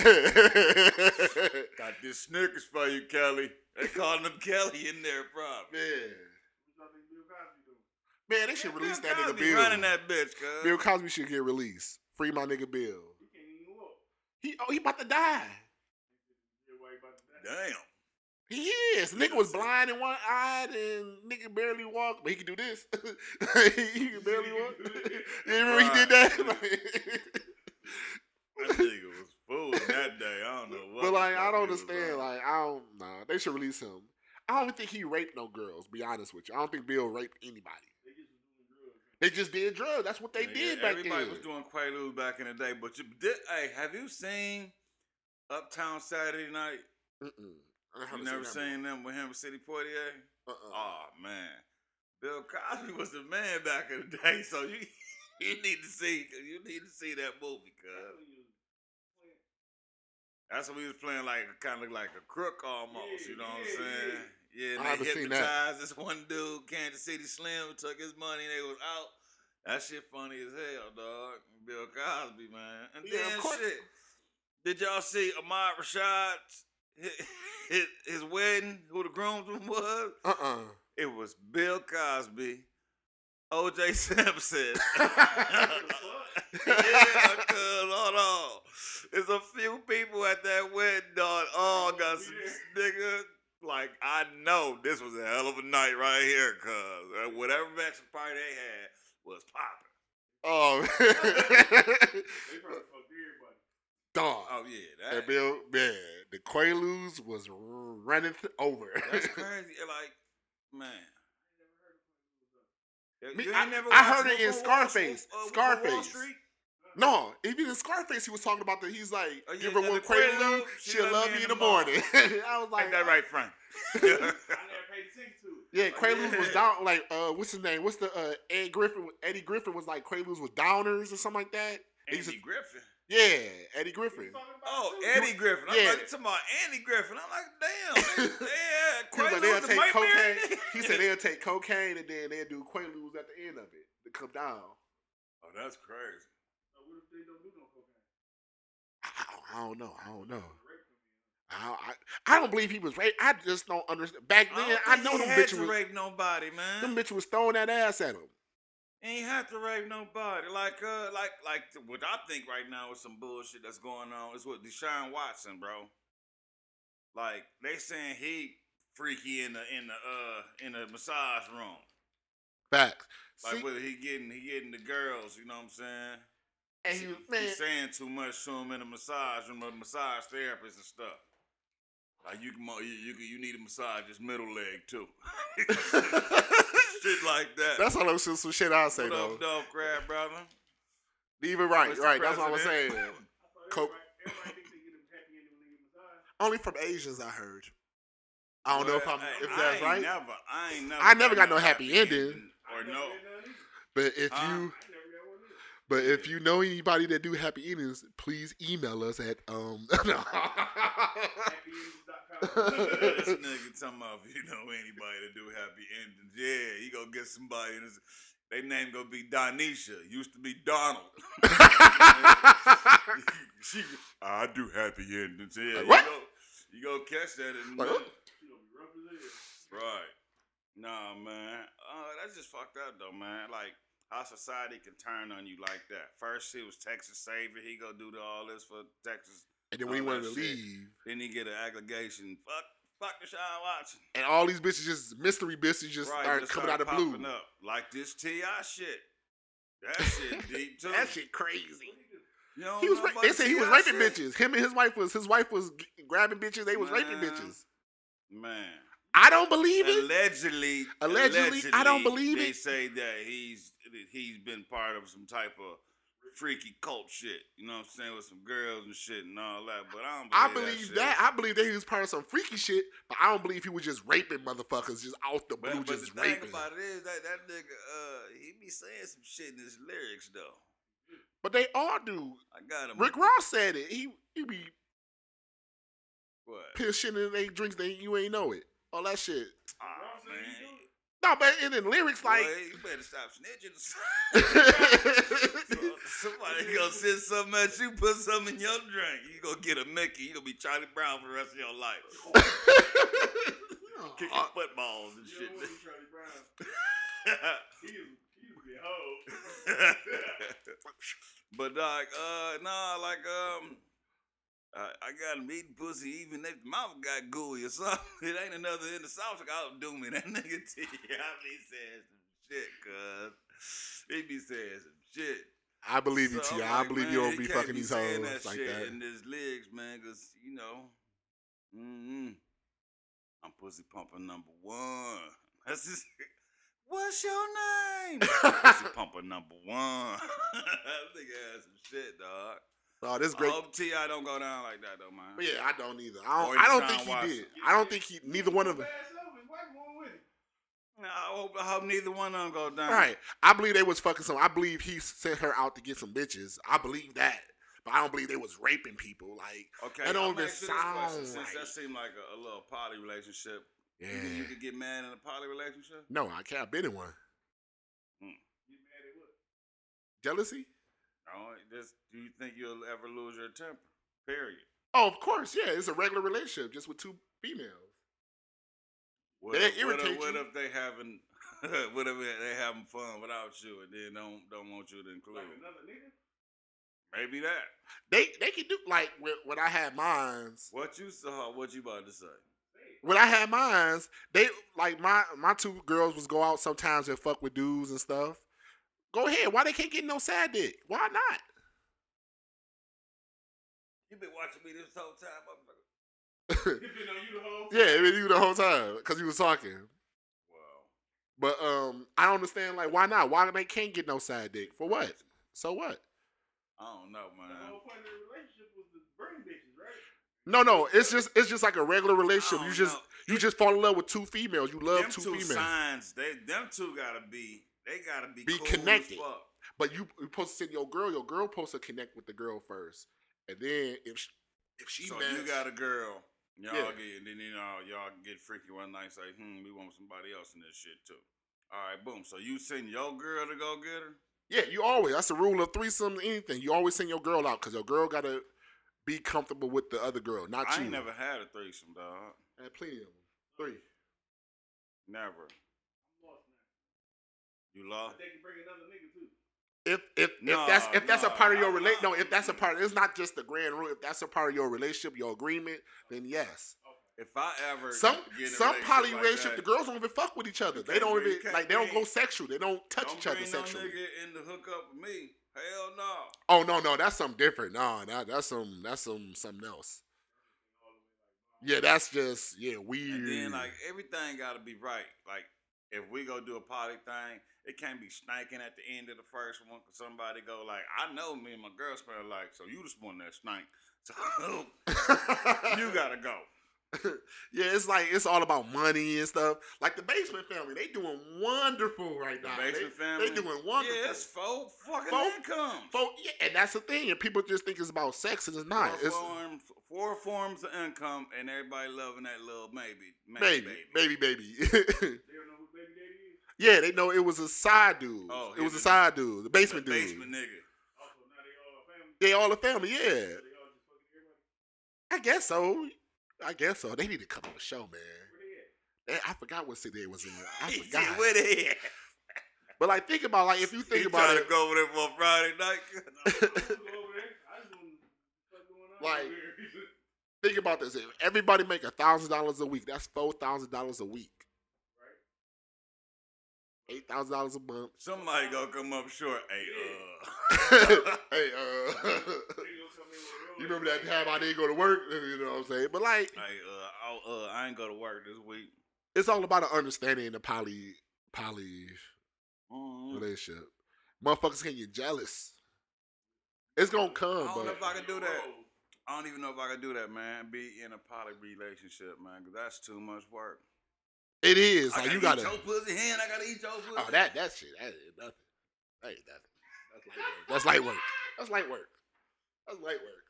Speaker 1: man,
Speaker 2: got this Snickers for you, Kelly. They calling him Kelly in there, probably.
Speaker 3: What y'all think Bill Cosby doing?
Speaker 1: man, they should
Speaker 2: Bill
Speaker 1: release that nigga
Speaker 2: Cosby
Speaker 1: Bill.
Speaker 2: running that uh, bitch, cuz.
Speaker 1: Bill Cosby should get released. Free my nigga Bill.
Speaker 3: He can't even walk.
Speaker 1: He oh he about to die.
Speaker 3: Everybody about to die.
Speaker 2: Damn.
Speaker 1: He is. Nigga was blind in one eye and nigga barely walked, but he could do this. [laughs] he could [laughs]
Speaker 2: [laughs]
Speaker 1: barely walk. you remember he did that?
Speaker 2: That nigga was fool that day. I
Speaker 1: [laughs]
Speaker 2: don't know
Speaker 1: but
Speaker 2: what. the
Speaker 1: like, I
Speaker 2: fuck
Speaker 1: don't
Speaker 2: he was
Speaker 1: understand.
Speaker 2: on.
Speaker 1: Like, I don't. Nah, they should release him. I don't even think he raped no girls. Be honest with you, I don't think Bill raped anybody.
Speaker 3: They just was doing
Speaker 1: They just did
Speaker 3: drugs.
Speaker 1: drugs. That's what they
Speaker 2: Nigga,
Speaker 1: did back
Speaker 2: everybody
Speaker 1: then.
Speaker 2: was doing Quaaludes back in the day. But you did. Hey, have you seen Uptown Saturday Night?
Speaker 1: Mm-mm. I
Speaker 2: You
Speaker 1: haven't
Speaker 2: never
Speaker 1: that
Speaker 2: seen them with him, City Poitier?
Speaker 1: movie. Uh-uh.
Speaker 2: Oh man, Bill Cosby was the man back in the [laughs] day. So you you need to see you need to see that movie, cuz that's
Speaker 3: That's when you was playing.
Speaker 2: when we was playing like kind of like a crook almost.
Speaker 3: Yeah,
Speaker 2: you know what
Speaker 3: yeah,
Speaker 2: I'm saying? Yeah,
Speaker 1: I
Speaker 2: and
Speaker 1: haven't
Speaker 2: they
Speaker 1: seen that.
Speaker 2: hypnotized this one dude, Kansas City Slim, took his money. They was out. That shit funny as hell, dog. Bill Cosby, man. And
Speaker 1: Yeah, of
Speaker 2: then
Speaker 1: course.
Speaker 2: shit. Did y'all see Ahmad Rashad's [laughs] his, his wedding? Who the groomsman was? [laughs]
Speaker 1: Uh-uh.
Speaker 2: It was Bill Cosby, O.J. [laughs] Simpson. yeah, cuz, hold on. There's a few people at that wedding, dog. All got some nigga. Like, I know this was a hell of a night right here, cuz. Uh, Whatever bachelor party they had was popping.
Speaker 1: Oh, [laughs]
Speaker 3: They probably fucked everybody.
Speaker 1: dog.
Speaker 2: Oh, yeah.
Speaker 1: That
Speaker 2: That,
Speaker 1: Bill, man, the Quaaludes was running th- over.
Speaker 2: that's crazy. Like, man. You
Speaker 1: Me-
Speaker 2: ain't
Speaker 1: I-
Speaker 2: never
Speaker 1: I
Speaker 2: watched
Speaker 1: heard it
Speaker 2: Wolf
Speaker 1: in
Speaker 2: of Wall-
Speaker 1: Scarface.
Speaker 2: Wolf- uh, Wolf of Wall
Speaker 1: Scarface.
Speaker 2: Street?
Speaker 1: No, even in Scarface, he was talking about that. He's like,
Speaker 2: Oh, yeah,
Speaker 1: give her
Speaker 2: the
Speaker 1: one
Speaker 2: Quaalude,
Speaker 1: Quaalude, she'll love me in the morning. [laughs] I was like,
Speaker 2: Ain't that right,
Speaker 1: [laughs]
Speaker 2: Frank?
Speaker 3: I never paid attention to it.
Speaker 1: Yeah, Quaaludes was
Speaker 2: [laughs] Yeah.
Speaker 1: down. Like, uh, what's his name? What's the uh, Ed Griffin? Eddie Griffin was like Quaaludes was downers or something like that. They used to-
Speaker 2: Andy Griffin.
Speaker 1: yeah, Eddie
Speaker 3: He was
Speaker 1: Griffin.
Speaker 3: talking about
Speaker 2: Oh,
Speaker 3: it too.
Speaker 2: Eddie Griffin. I'm
Speaker 1: Yeah.
Speaker 2: like, you talking about Andy Griffin. I'm like,
Speaker 1: [laughs]
Speaker 2: damn. they-
Speaker 1: He was like,
Speaker 2: Yeah,
Speaker 1: they'll
Speaker 2: Quaaludes the
Speaker 1: take
Speaker 2: Mike
Speaker 1: cocaine.
Speaker 2: Marion.
Speaker 1: He
Speaker 2: [laughs]
Speaker 1: said they'll take cocaine and then they'll do Quaaludes at the end of it to come down.
Speaker 2: Oh, that's crazy.
Speaker 3: So what if they don't do no cocaine?
Speaker 1: I, I don't know. I don't know.
Speaker 3: Rape them.
Speaker 1: I, I, I don't believe he was raped. I just don't understand. Back
Speaker 2: I,
Speaker 1: then,
Speaker 2: don't
Speaker 1: I,
Speaker 2: think
Speaker 1: know
Speaker 2: he
Speaker 1: them
Speaker 2: had
Speaker 1: bitch
Speaker 2: to
Speaker 1: was
Speaker 2: rape nobody, man.
Speaker 1: them bitch was throwing that ass at him.
Speaker 2: Ain't have to rape nobody. Like, uh, like, like what I think right now is some bullshit that's going on. Is what Deshaun Watson, bro. Like they saying he freaky in the in the uh in the massage room.
Speaker 1: Facts.
Speaker 2: Like
Speaker 1: See,
Speaker 2: whether he getting he getting the girls, you know what I'm saying?
Speaker 1: and he
Speaker 2: She-
Speaker 1: was
Speaker 2: he
Speaker 1: man.
Speaker 2: saying too much to him in a massage room, a massage therapist and stuff. Like you can, mo- you, you can- you need a massage his middle leg too. [laughs] Shit like that.
Speaker 1: That's all those some shit I say
Speaker 2: what
Speaker 1: though.
Speaker 2: up, dog crab brother.
Speaker 1: Even right,
Speaker 2: Mr.
Speaker 1: right. That's what I'm saying.
Speaker 2: President. [laughs]
Speaker 3: I thought
Speaker 1: Coke.
Speaker 3: everybody, everybody thinks they get a happy ending when they get massage.
Speaker 1: Only from Asians, I heard. I don't know if I'm
Speaker 2: Well, hey,
Speaker 1: if
Speaker 2: I
Speaker 1: that's
Speaker 2: ain't
Speaker 1: right,
Speaker 2: Never, I ain't never.
Speaker 1: I never got no happy ending.
Speaker 2: [laughs] Or
Speaker 3: I
Speaker 2: no.
Speaker 3: never did none either.
Speaker 1: but if
Speaker 2: Huh?
Speaker 1: you [laughs]
Speaker 3: I never got one
Speaker 2: [laughs]
Speaker 3: either.
Speaker 1: but if you know anybody that do happy endings, please email us at um. [laughs] no.
Speaker 3: Happyendings.com.
Speaker 1: [laughs]
Speaker 2: this nigga talking about if you know anybody that do happy endings. Yeah, you go get somebody and it's- they name gonna be Donisha. Used to be Donald. [laughs] she, I do happy endings. Yeah,
Speaker 1: Like, what?
Speaker 2: You go, you go catch that in
Speaker 1: Like,
Speaker 2: minute.
Speaker 3: She gonna be rough as hell.
Speaker 2: right? Nah, man. Uh, that's just fucked up though, man. Like how society can turn on you like that. First, he was Texas savior. He go do the, all this for Texas.
Speaker 1: and then when he
Speaker 2: Oh,
Speaker 1: wanted to
Speaker 2: that shit.
Speaker 1: leave,
Speaker 2: Then he get an allegation. Fuck, fuck Deshaun Watson.
Speaker 1: and all these bitches just mystery bitches just started
Speaker 2: just
Speaker 1: coming out
Speaker 2: started
Speaker 1: of blue.
Speaker 2: popping Up. Like this Ti shit. That shit deep too.
Speaker 1: [laughs] That shit crazy.
Speaker 2: You don't
Speaker 1: He was.
Speaker 2: know
Speaker 1: Ra-
Speaker 2: about
Speaker 1: they
Speaker 2: the
Speaker 1: said he was
Speaker 2: T.I.
Speaker 1: raping
Speaker 2: shit?
Speaker 1: bitches. Him and his wife was. His wife was g- grabbing bitches. They was raping
Speaker 2: Nah.
Speaker 1: bitches.
Speaker 2: Man.
Speaker 1: I don't believe it.
Speaker 2: allegedly,
Speaker 1: Allegedly, I don't believe
Speaker 2: they
Speaker 1: it.
Speaker 2: say that he's that he's been part of some type of freaky cult shit. You know what I'm saying with some girls and shit and all that. But I don't. Believe
Speaker 1: I
Speaker 2: that.
Speaker 1: believe
Speaker 2: shit.
Speaker 1: that. I believe that he was part of some freaky shit, but I don't believe he was just raping motherfuckers just out the
Speaker 2: But,
Speaker 1: blue,
Speaker 2: but the
Speaker 1: just
Speaker 2: thing
Speaker 1: raping.
Speaker 2: about it is that that nigga, uh, he be saying some shit in his lyrics though.
Speaker 1: But they all do.
Speaker 2: I got him.
Speaker 1: Rick Ross said it. He he be
Speaker 2: What?
Speaker 1: pissing in they drinks that you ain't know it. All that shit.
Speaker 2: Aw,
Speaker 3: Ross [laughs] ain't
Speaker 2: man.
Speaker 3: do it.
Speaker 1: No, but in the lyrics,
Speaker 2: [laughs]
Speaker 1: like [laughs]
Speaker 2: Boy, you better stop snitching. or something. [laughs] Somebody gonna send something at you, put something in your drink. You gonna get a Mickey. You gonna be Charlie Brown for the rest of your life. Kicking
Speaker 1: Uh,
Speaker 2: footballs and
Speaker 3: You
Speaker 2: shit.
Speaker 3: know what, Charlie Brown? He is- he is a hoe.
Speaker 2: [laughs] but like, uh, nah, like, um, I, I got him eating pussy even if the mouth got gooey or something. [laughs] It ain't another in the south. Like, I'll do me that [laughs] nigga. T. I be saying some shit, cuz. He be saying some shit.
Speaker 1: I believe you,
Speaker 2: So
Speaker 1: T.
Speaker 2: I'm
Speaker 1: I
Speaker 2: like,
Speaker 1: believe
Speaker 2: man,
Speaker 1: you
Speaker 2: he
Speaker 1: don't be
Speaker 2: can't
Speaker 1: fucking these hoes
Speaker 2: saying
Speaker 1: like
Speaker 2: shit
Speaker 1: that.
Speaker 2: In his legs, man, because you know, mm I'm pussy pumper number one. [laughs] That's his. What's your
Speaker 1: [laughs]
Speaker 2: name? pussy pumper number one. [laughs] that nigga had some shit, dog.
Speaker 1: Oh, this
Speaker 2: I
Speaker 1: great.
Speaker 2: hope Ti don't go down like that though, man.
Speaker 1: But yeah, I don't either. I
Speaker 2: Or
Speaker 1: don't, I don't
Speaker 2: Deshaun
Speaker 1: think he
Speaker 2: Watson.
Speaker 1: did. I don't think he. [laughs] Neither one of them.
Speaker 2: Nah, I hope, I hope neither one of them go down.
Speaker 1: Right. I believe they was fucking some. I believe he sent her out to get some bitches. I believe that. But I don't believe they was raping people. Like,
Speaker 2: Okay.
Speaker 1: That don't
Speaker 2: I'm
Speaker 1: even
Speaker 2: asking this question,
Speaker 1: sound
Speaker 2: Since
Speaker 1: right.
Speaker 2: that seemed like a, a little poly relationship,
Speaker 1: yeah.
Speaker 2: you, think you could get mad in a poly relationship.
Speaker 1: No, I can't. I've been in one. Jealousy?
Speaker 2: No, it just do you think you'll ever lose your temper? Period.
Speaker 1: Oh, of course. Yeah, it's a regular relationship just with two females.
Speaker 2: What,
Speaker 1: They
Speaker 2: if, what,
Speaker 1: irritate
Speaker 2: if, what
Speaker 1: you.
Speaker 2: if they having [laughs] what if they having fun without you and then don't don't want you to include? them? Maybe that.
Speaker 1: They they can do like when, when I had mines.
Speaker 2: What you saw? What you about to say?
Speaker 1: When I had mines, they like my my two girls was go out sometimes and fuck with dudes and stuff. Go ahead. Why they can't get no side dick? Why not?
Speaker 2: You been watching me this whole time. motherfucker.
Speaker 1: Yeah, it was you the whole time because you was talking.
Speaker 2: Wow.
Speaker 1: But um, I don't understand like why not? Why they can't get no side dick for what? So what?
Speaker 2: I don't know, man.
Speaker 1: No, no, it's just it's just like a regular relationship.
Speaker 2: I
Speaker 1: You
Speaker 2: don't
Speaker 1: just
Speaker 2: know.
Speaker 1: you just fall in love with two females. You love
Speaker 2: Oh, them
Speaker 1: two,
Speaker 2: two,
Speaker 1: females,
Speaker 2: signs, they them two gotta be, they gotta be,
Speaker 1: Be
Speaker 2: cool
Speaker 1: connected.
Speaker 2: As fuck.
Speaker 1: but you you supposed to send your girl. Your girl supposed to connect with the girl first, and then if she, if she
Speaker 2: so
Speaker 1: match-
Speaker 2: you got a girl, y'all
Speaker 1: Yeah.
Speaker 2: get, then you know y'all get freaky one night. Say, hmm, we want somebody else in this shit too. All right, boom. So you send your girl to go get her.
Speaker 1: yeah, you always that's the rule of threesomes. Anything you always send your girl out because your girl gotta be comfortable with the other girl, not
Speaker 2: I
Speaker 1: you.
Speaker 2: ain't never had a threesome, dog.
Speaker 1: had plenty of them. Three.
Speaker 2: Never. You lost.
Speaker 1: if if,
Speaker 2: No,
Speaker 1: if that's if that's a
Speaker 2: no,
Speaker 1: part of your
Speaker 2: no,
Speaker 1: relate no
Speaker 2: no.
Speaker 1: if that's a part it's not just the grand rule if that's a part of your relationship your agreement then yes
Speaker 2: If I ever
Speaker 1: some
Speaker 2: get in a
Speaker 1: some poly
Speaker 2: like
Speaker 1: relationship
Speaker 2: that,
Speaker 1: the girls don't even fuck with each other they
Speaker 2: can't
Speaker 1: don't
Speaker 2: bring-
Speaker 1: even
Speaker 2: you can't
Speaker 1: like they don't go
Speaker 2: bring-
Speaker 1: sexual they don't touch
Speaker 2: don't
Speaker 1: each other
Speaker 2: bring no
Speaker 1: sexually
Speaker 2: nigga in the hook up with me. Hell no.
Speaker 1: oh no no that's something different no that, that's some that's some something else yeah that's just yeah weird
Speaker 2: And then
Speaker 1: [laughs]
Speaker 2: like everything gotta be right. Like if we go do a poly thing, it can't be snaking at the end of the first one. 'cause somebody go like, I know me and my girl smell like, so you just want that snake. [laughs] So you gotta go.
Speaker 1: yeah it's like it's all about money and stuff like the basement family they doing wonderful right
Speaker 2: The
Speaker 1: now They-
Speaker 2: basement
Speaker 1: they,
Speaker 2: family.
Speaker 1: doing wonderful
Speaker 2: Yeah, it's full fucking
Speaker 1: Folk-
Speaker 2: income.
Speaker 1: Folk, yeah, and that's the thing. And people just think it's about sex, and it's not.
Speaker 2: Four
Speaker 1: It's
Speaker 2: forms, four forms of income, and everybody loving that little maybe, maybe,
Speaker 1: baby,
Speaker 2: baby.
Speaker 1: baby, baby. [laughs] yeah, they know it was a side dude.
Speaker 2: Oh,
Speaker 1: it was a
Speaker 2: he's a-
Speaker 1: side dude, the basement dude.
Speaker 2: basement nigga.
Speaker 1: They all a family. Yeah, I guess so. I guess so. They need to come on the show, man. Eh, I forgot what city it was in. I
Speaker 2: He said,
Speaker 1: forgot.
Speaker 2: "Where they at?"
Speaker 1: But like, think about like if you think
Speaker 2: He
Speaker 1: about
Speaker 2: tryna
Speaker 1: it,
Speaker 2: Go over there for a Friday night. [laughs]
Speaker 1: Like-
Speaker 3: [laughs]
Speaker 1: think about this. If everybody make a thousand dollars a week, that's four thousand dollars a week. Eight thousand dollars a
Speaker 2: [laughs]
Speaker 1: month. [laughs]
Speaker 2: Somebody gonna come up short. Hey,
Speaker 1: hey,
Speaker 2: uh,
Speaker 1: uh, [laughs] you remember that time I didn't go to work? [laughs] You know what I'm saying? But like,
Speaker 2: hey, uh, I'll, uh, I ain't go to work this week.
Speaker 1: it's all about an understanding in the poly poly
Speaker 2: Mm.
Speaker 1: relationship. Motherfuckers can get jealous. It's gonna
Speaker 2: I
Speaker 1: come,
Speaker 2: don't know if
Speaker 1: but
Speaker 2: I can do that. I don't even know if I can do that, man. Be in a poly relationship, man, because that's too much work.
Speaker 1: it is like
Speaker 2: I
Speaker 1: you
Speaker 2: gotta
Speaker 1: gotta.
Speaker 2: eat your pussy hand. I gotta eat your pussy.
Speaker 1: Oh, that that shit. That ain't nothing. That ain't nothing. That's light work. That's light work. That's light work. That's light work.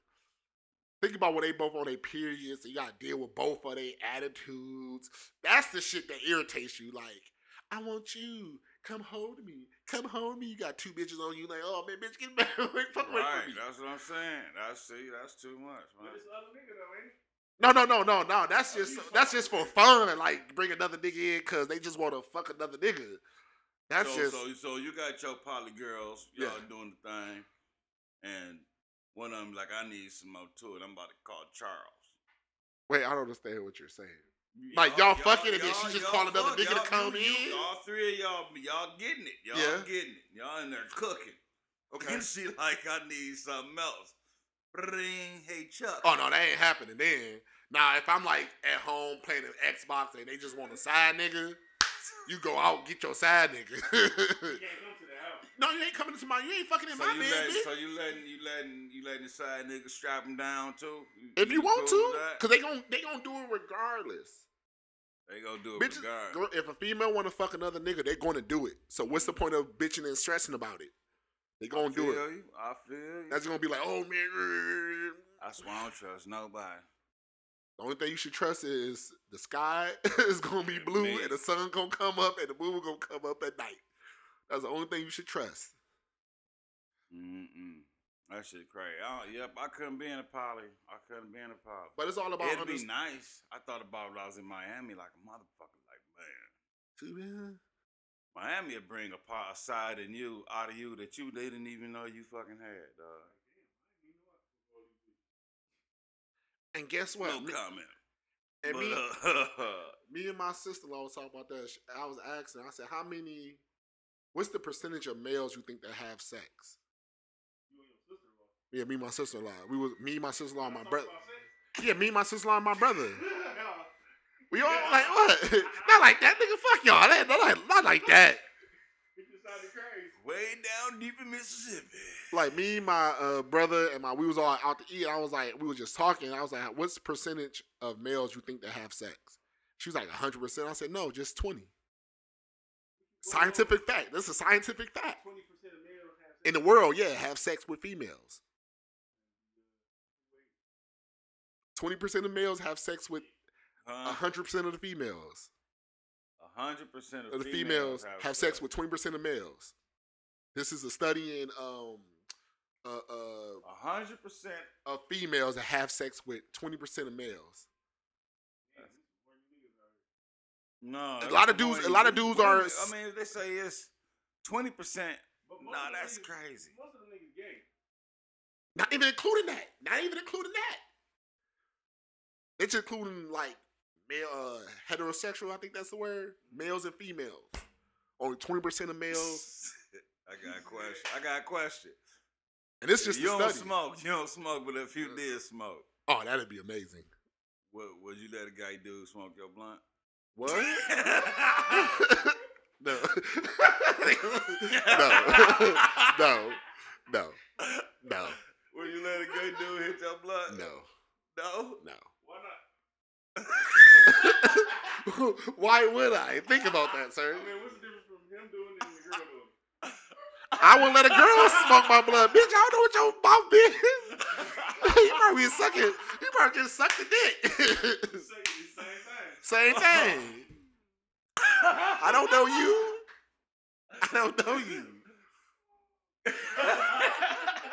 Speaker 1: Think about when they both on their periods. And you gotta deal with both of their attitudes. That's the shit that irritates you. Like, I want you. Come hold me. Come hold me. You got two bitches on you. Like, oh man, bitch, get back [laughs] away from me.
Speaker 2: right. That's what I'm saying. That's see. That's too much, man.
Speaker 1: No, no, no, no, no. That's just that's just for fun. Like, bring another nigga in because they just want to fuck another nigga. That's
Speaker 2: so,
Speaker 1: just
Speaker 2: so, so you got your poly girls, y'all
Speaker 1: Yeah.
Speaker 2: doing the thing, and one of them like, I need some more to it. I'm about to call Charles.
Speaker 1: wait. I don't understand what you're saying. Like, y'all fucking and then she just call another
Speaker 2: fuck,
Speaker 1: nigga to
Speaker 2: y'all-
Speaker 1: come
Speaker 2: you- you-
Speaker 1: in?
Speaker 2: All three of y'all, y'all getting it. Y'all
Speaker 1: Yeah.
Speaker 2: getting it. Y'all in there cooking.
Speaker 1: Okay.
Speaker 2: [laughs]
Speaker 4: And she like, I need something else. Ring, hey Chuck.
Speaker 1: Oh no, that ain't happening then. Now if I'm like at home playing an Xbox and they just want a side nigga, you go out get your side nigga. [laughs]
Speaker 3: You can't come to the house.
Speaker 1: no, you ain't coming to my. You ain't fucking in
Speaker 2: So
Speaker 1: my
Speaker 2: you,
Speaker 1: bed,
Speaker 2: letting,
Speaker 1: bitch.
Speaker 2: so you letting you letting you letting the side nigga strap him down too?
Speaker 1: If you want
Speaker 2: cool
Speaker 1: to,
Speaker 2: with that?
Speaker 1: cause they gon' they gon' do it regardless.
Speaker 2: they gonna do it
Speaker 1: Bitches,
Speaker 2: regardless.
Speaker 1: girl, if a female want to fuck another nigga, they gonna do it. So what's the point of bitching and stressing about it? They gonna
Speaker 2: I feel
Speaker 1: do it.
Speaker 2: You, I feel you.
Speaker 1: That's gonna be like, oh man.
Speaker 2: That's why I don't trust nobody.
Speaker 1: The only thing you should trust is the sky [laughs] is gonna be blue
Speaker 2: Me.
Speaker 1: and the sun gonna come up and the moon gonna come up at night. That's the only thing you should trust.
Speaker 2: Mm-mm. That shit crazy. Oh, yep, I couldn't be in a poly. I couldn't be in a poly.
Speaker 1: But it's all about
Speaker 2: It'd be
Speaker 1: underst-
Speaker 2: nice. I thought about when I was in Miami like a motherfucker. Like, man, Miami would bring a part aside in you, out of you, that you they didn't even know you fucking had, dog.
Speaker 1: And guess what?
Speaker 2: No
Speaker 1: Me-
Speaker 2: comment.
Speaker 1: and
Speaker 2: but,
Speaker 1: me,
Speaker 2: uh, [laughs]
Speaker 1: me and my sister-in-law was talking about that. Sh- I was asking. I said, "How many? What's the percentage of males you think that have sex?"
Speaker 3: You and your sister-in-law.
Speaker 1: Yeah, me, and my sister-in-law. We was me, my sister-in-law, and my
Speaker 3: Talk
Speaker 1: brother.
Speaker 3: about sex?
Speaker 1: Yeah, me, my sister-in-law, and my
Speaker 3: [laughs]
Speaker 1: brother.
Speaker 3: Nah,
Speaker 1: We all like what? [laughs] not like that, nigga. Fuck y'all. That, not, like, not like that.
Speaker 3: it just sounded crazy.
Speaker 2: way down deep in Mississippi.
Speaker 1: Like me, my uh, brother, and my we was all out to eat. I was like, we were just talking. I was like, "What's the percentage of males you think that have sex?" She was like, "100 percent." I said, "No, just 20." Scientific fact. This is a scientific fact.
Speaker 3: Twenty percent of males have sex.
Speaker 1: in the world, yeah, have sex with females. Twenty percent of males have sex with
Speaker 2: Huh?
Speaker 1: hundred percent of the females.
Speaker 2: A hundred percent
Speaker 1: Of the females have sex with twenty percent of males. This is a study in um uh, uh
Speaker 2: a hundred percent.
Speaker 1: of females that have sex with twenty percent of males.
Speaker 2: No,
Speaker 1: A lot of
Speaker 2: it's
Speaker 1: dudes-
Speaker 2: more
Speaker 1: a lot of
Speaker 2: than-
Speaker 1: dudes
Speaker 2: what
Speaker 1: are
Speaker 2: is it?
Speaker 1: s-
Speaker 2: I mean, they say it's twenty percent.
Speaker 3: But most
Speaker 2: Nah,
Speaker 3: of the
Speaker 2: that's
Speaker 3: niggas-
Speaker 1: [laughs]
Speaker 2: crazy.
Speaker 3: Most of the niggas gay.
Speaker 1: Not even including that. Not even including that. It's including like male uh, heterosexual. I think that's the word. Males and females. Only twenty percent of males,
Speaker 2: I [laughs] got a question. I got a question.
Speaker 1: and it's just
Speaker 2: you
Speaker 1: a
Speaker 2: don't
Speaker 1: study.
Speaker 2: smoke. You don't smoke, but if you did smoke,
Speaker 1: Oh, that'd be
Speaker 2: [laughs]
Speaker 1: amazing. [laughs]
Speaker 2: would, would you let a guy dude smoke your blunt? [laughs]
Speaker 1: What?
Speaker 2: no.
Speaker 1: no. [laughs] no. no. No. No.
Speaker 2: Would you let a gay dude hit your blunt?
Speaker 1: No.
Speaker 2: No.
Speaker 1: No.
Speaker 3: Why not?
Speaker 1: [laughs] Why would I? Think about that,
Speaker 3: I
Speaker 1: sir.
Speaker 3: mean, what's the difference from him doing it and the
Speaker 1: [laughs]
Speaker 3: girl doing it?
Speaker 1: I would let a girl smoke my blood, bitch. I don't know what your mouth is. [laughs] you probably suck it. You probably just suck the dick. [laughs]
Speaker 3: It's the same, it's the same thing.
Speaker 1: Same thing. I don't know you. I don't know you.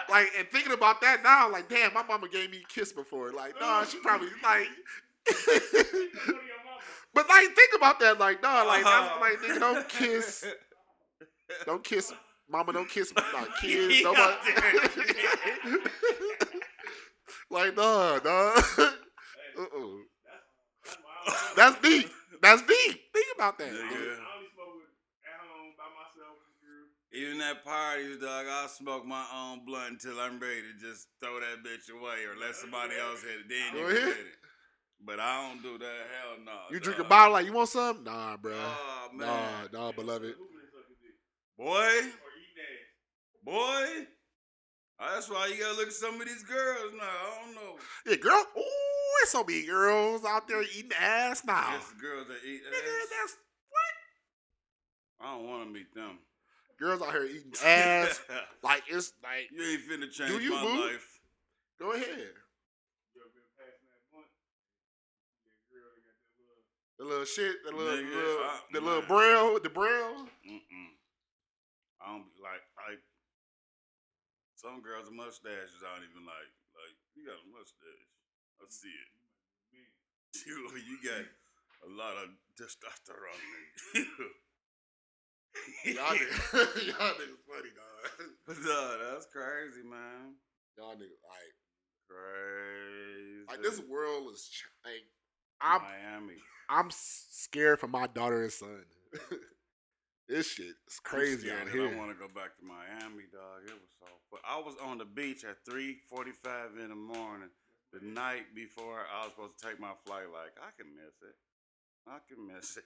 Speaker 1: like and thinking about that now, like damn, my mama gave me a kiss before. Like, no, she probably like. [laughs]
Speaker 3: Go to your mama.
Speaker 1: but like, think about that. Like, no, like,
Speaker 2: Uh-huh.
Speaker 1: that's, like, nigga,
Speaker 2: [laughs]
Speaker 1: don't kiss, don't kiss, mama, don't kiss my
Speaker 2: [laughs]
Speaker 1: kids.
Speaker 2: He
Speaker 1: Nobody.
Speaker 2: out there. [laughs]
Speaker 1: like, no, no.
Speaker 3: Hey,
Speaker 1: Uh-uh. [laughs]
Speaker 3: that's- that's why I don't-
Speaker 1: That's deep. That's deep. Think about that.
Speaker 3: I
Speaker 2: Nigga.
Speaker 3: only- I only smoke with at home by myself with the girl.
Speaker 2: Even at parties, dog, I'll smoke my own blunt until I'm ready to just throw that bitch away or let somebody else hit it. Then
Speaker 1: Go
Speaker 2: you can
Speaker 1: ahead.
Speaker 2: hit it. But I don't do that. Hell no.
Speaker 1: You drink a
Speaker 2: dawg.
Speaker 1: bottle, like, you want some? Nah, bruh.
Speaker 2: Oh, man.
Speaker 1: Nah, nah, beloved.
Speaker 3: Hooping and sucking dick.
Speaker 2: Boy,
Speaker 3: Or eating ass.
Speaker 2: boy. That's why you gotta look at some of these girls now. I don't know.
Speaker 1: Yeah, girl. Ooh, it's so many girls out there eating ass now.
Speaker 2: It's the girls that eat
Speaker 1: Nigga,
Speaker 2: ass.
Speaker 1: that's
Speaker 2: I don't want to meet them.
Speaker 1: girls out here
Speaker 2: [laughs]
Speaker 1: eating [laughs] ass. like it's like
Speaker 2: you ain't finna change
Speaker 1: you,
Speaker 2: my
Speaker 1: boo?
Speaker 2: life.
Speaker 1: go ahead.
Speaker 3: You ever been passing that blunt? That girl that got that little-
Speaker 1: The little shit, the little,
Speaker 2: Nigga,
Speaker 1: little
Speaker 2: I-
Speaker 1: the little
Speaker 2: man.
Speaker 1: braille, the
Speaker 2: [laughs]
Speaker 1: braille.
Speaker 2: Mm-mm. I don't be like like some girls' mustaches. I don't even like. Like you got a mustache. I see it. [laughs] You you got a lot of testosterone. in you. [laughs]
Speaker 1: Y'all niggas, [laughs] y'all niggas funny dog.
Speaker 2: But nah, that's crazy, man.
Speaker 1: [laughs] Y'all niggas
Speaker 2: Crazy.
Speaker 1: like like this world is ch- like I'm
Speaker 2: Miami.
Speaker 1: I'm s- scared for my daughter and son. [laughs] This shit is
Speaker 2: I'm
Speaker 1: crazy
Speaker 2: scared
Speaker 1: out
Speaker 2: that
Speaker 1: here.
Speaker 2: I want to go back to Miami, dog. It was so. But I was on the beach at 3:45 in the morning, the night before I was supposed to take my flight. Like I can miss it. I can miss [laughs] it.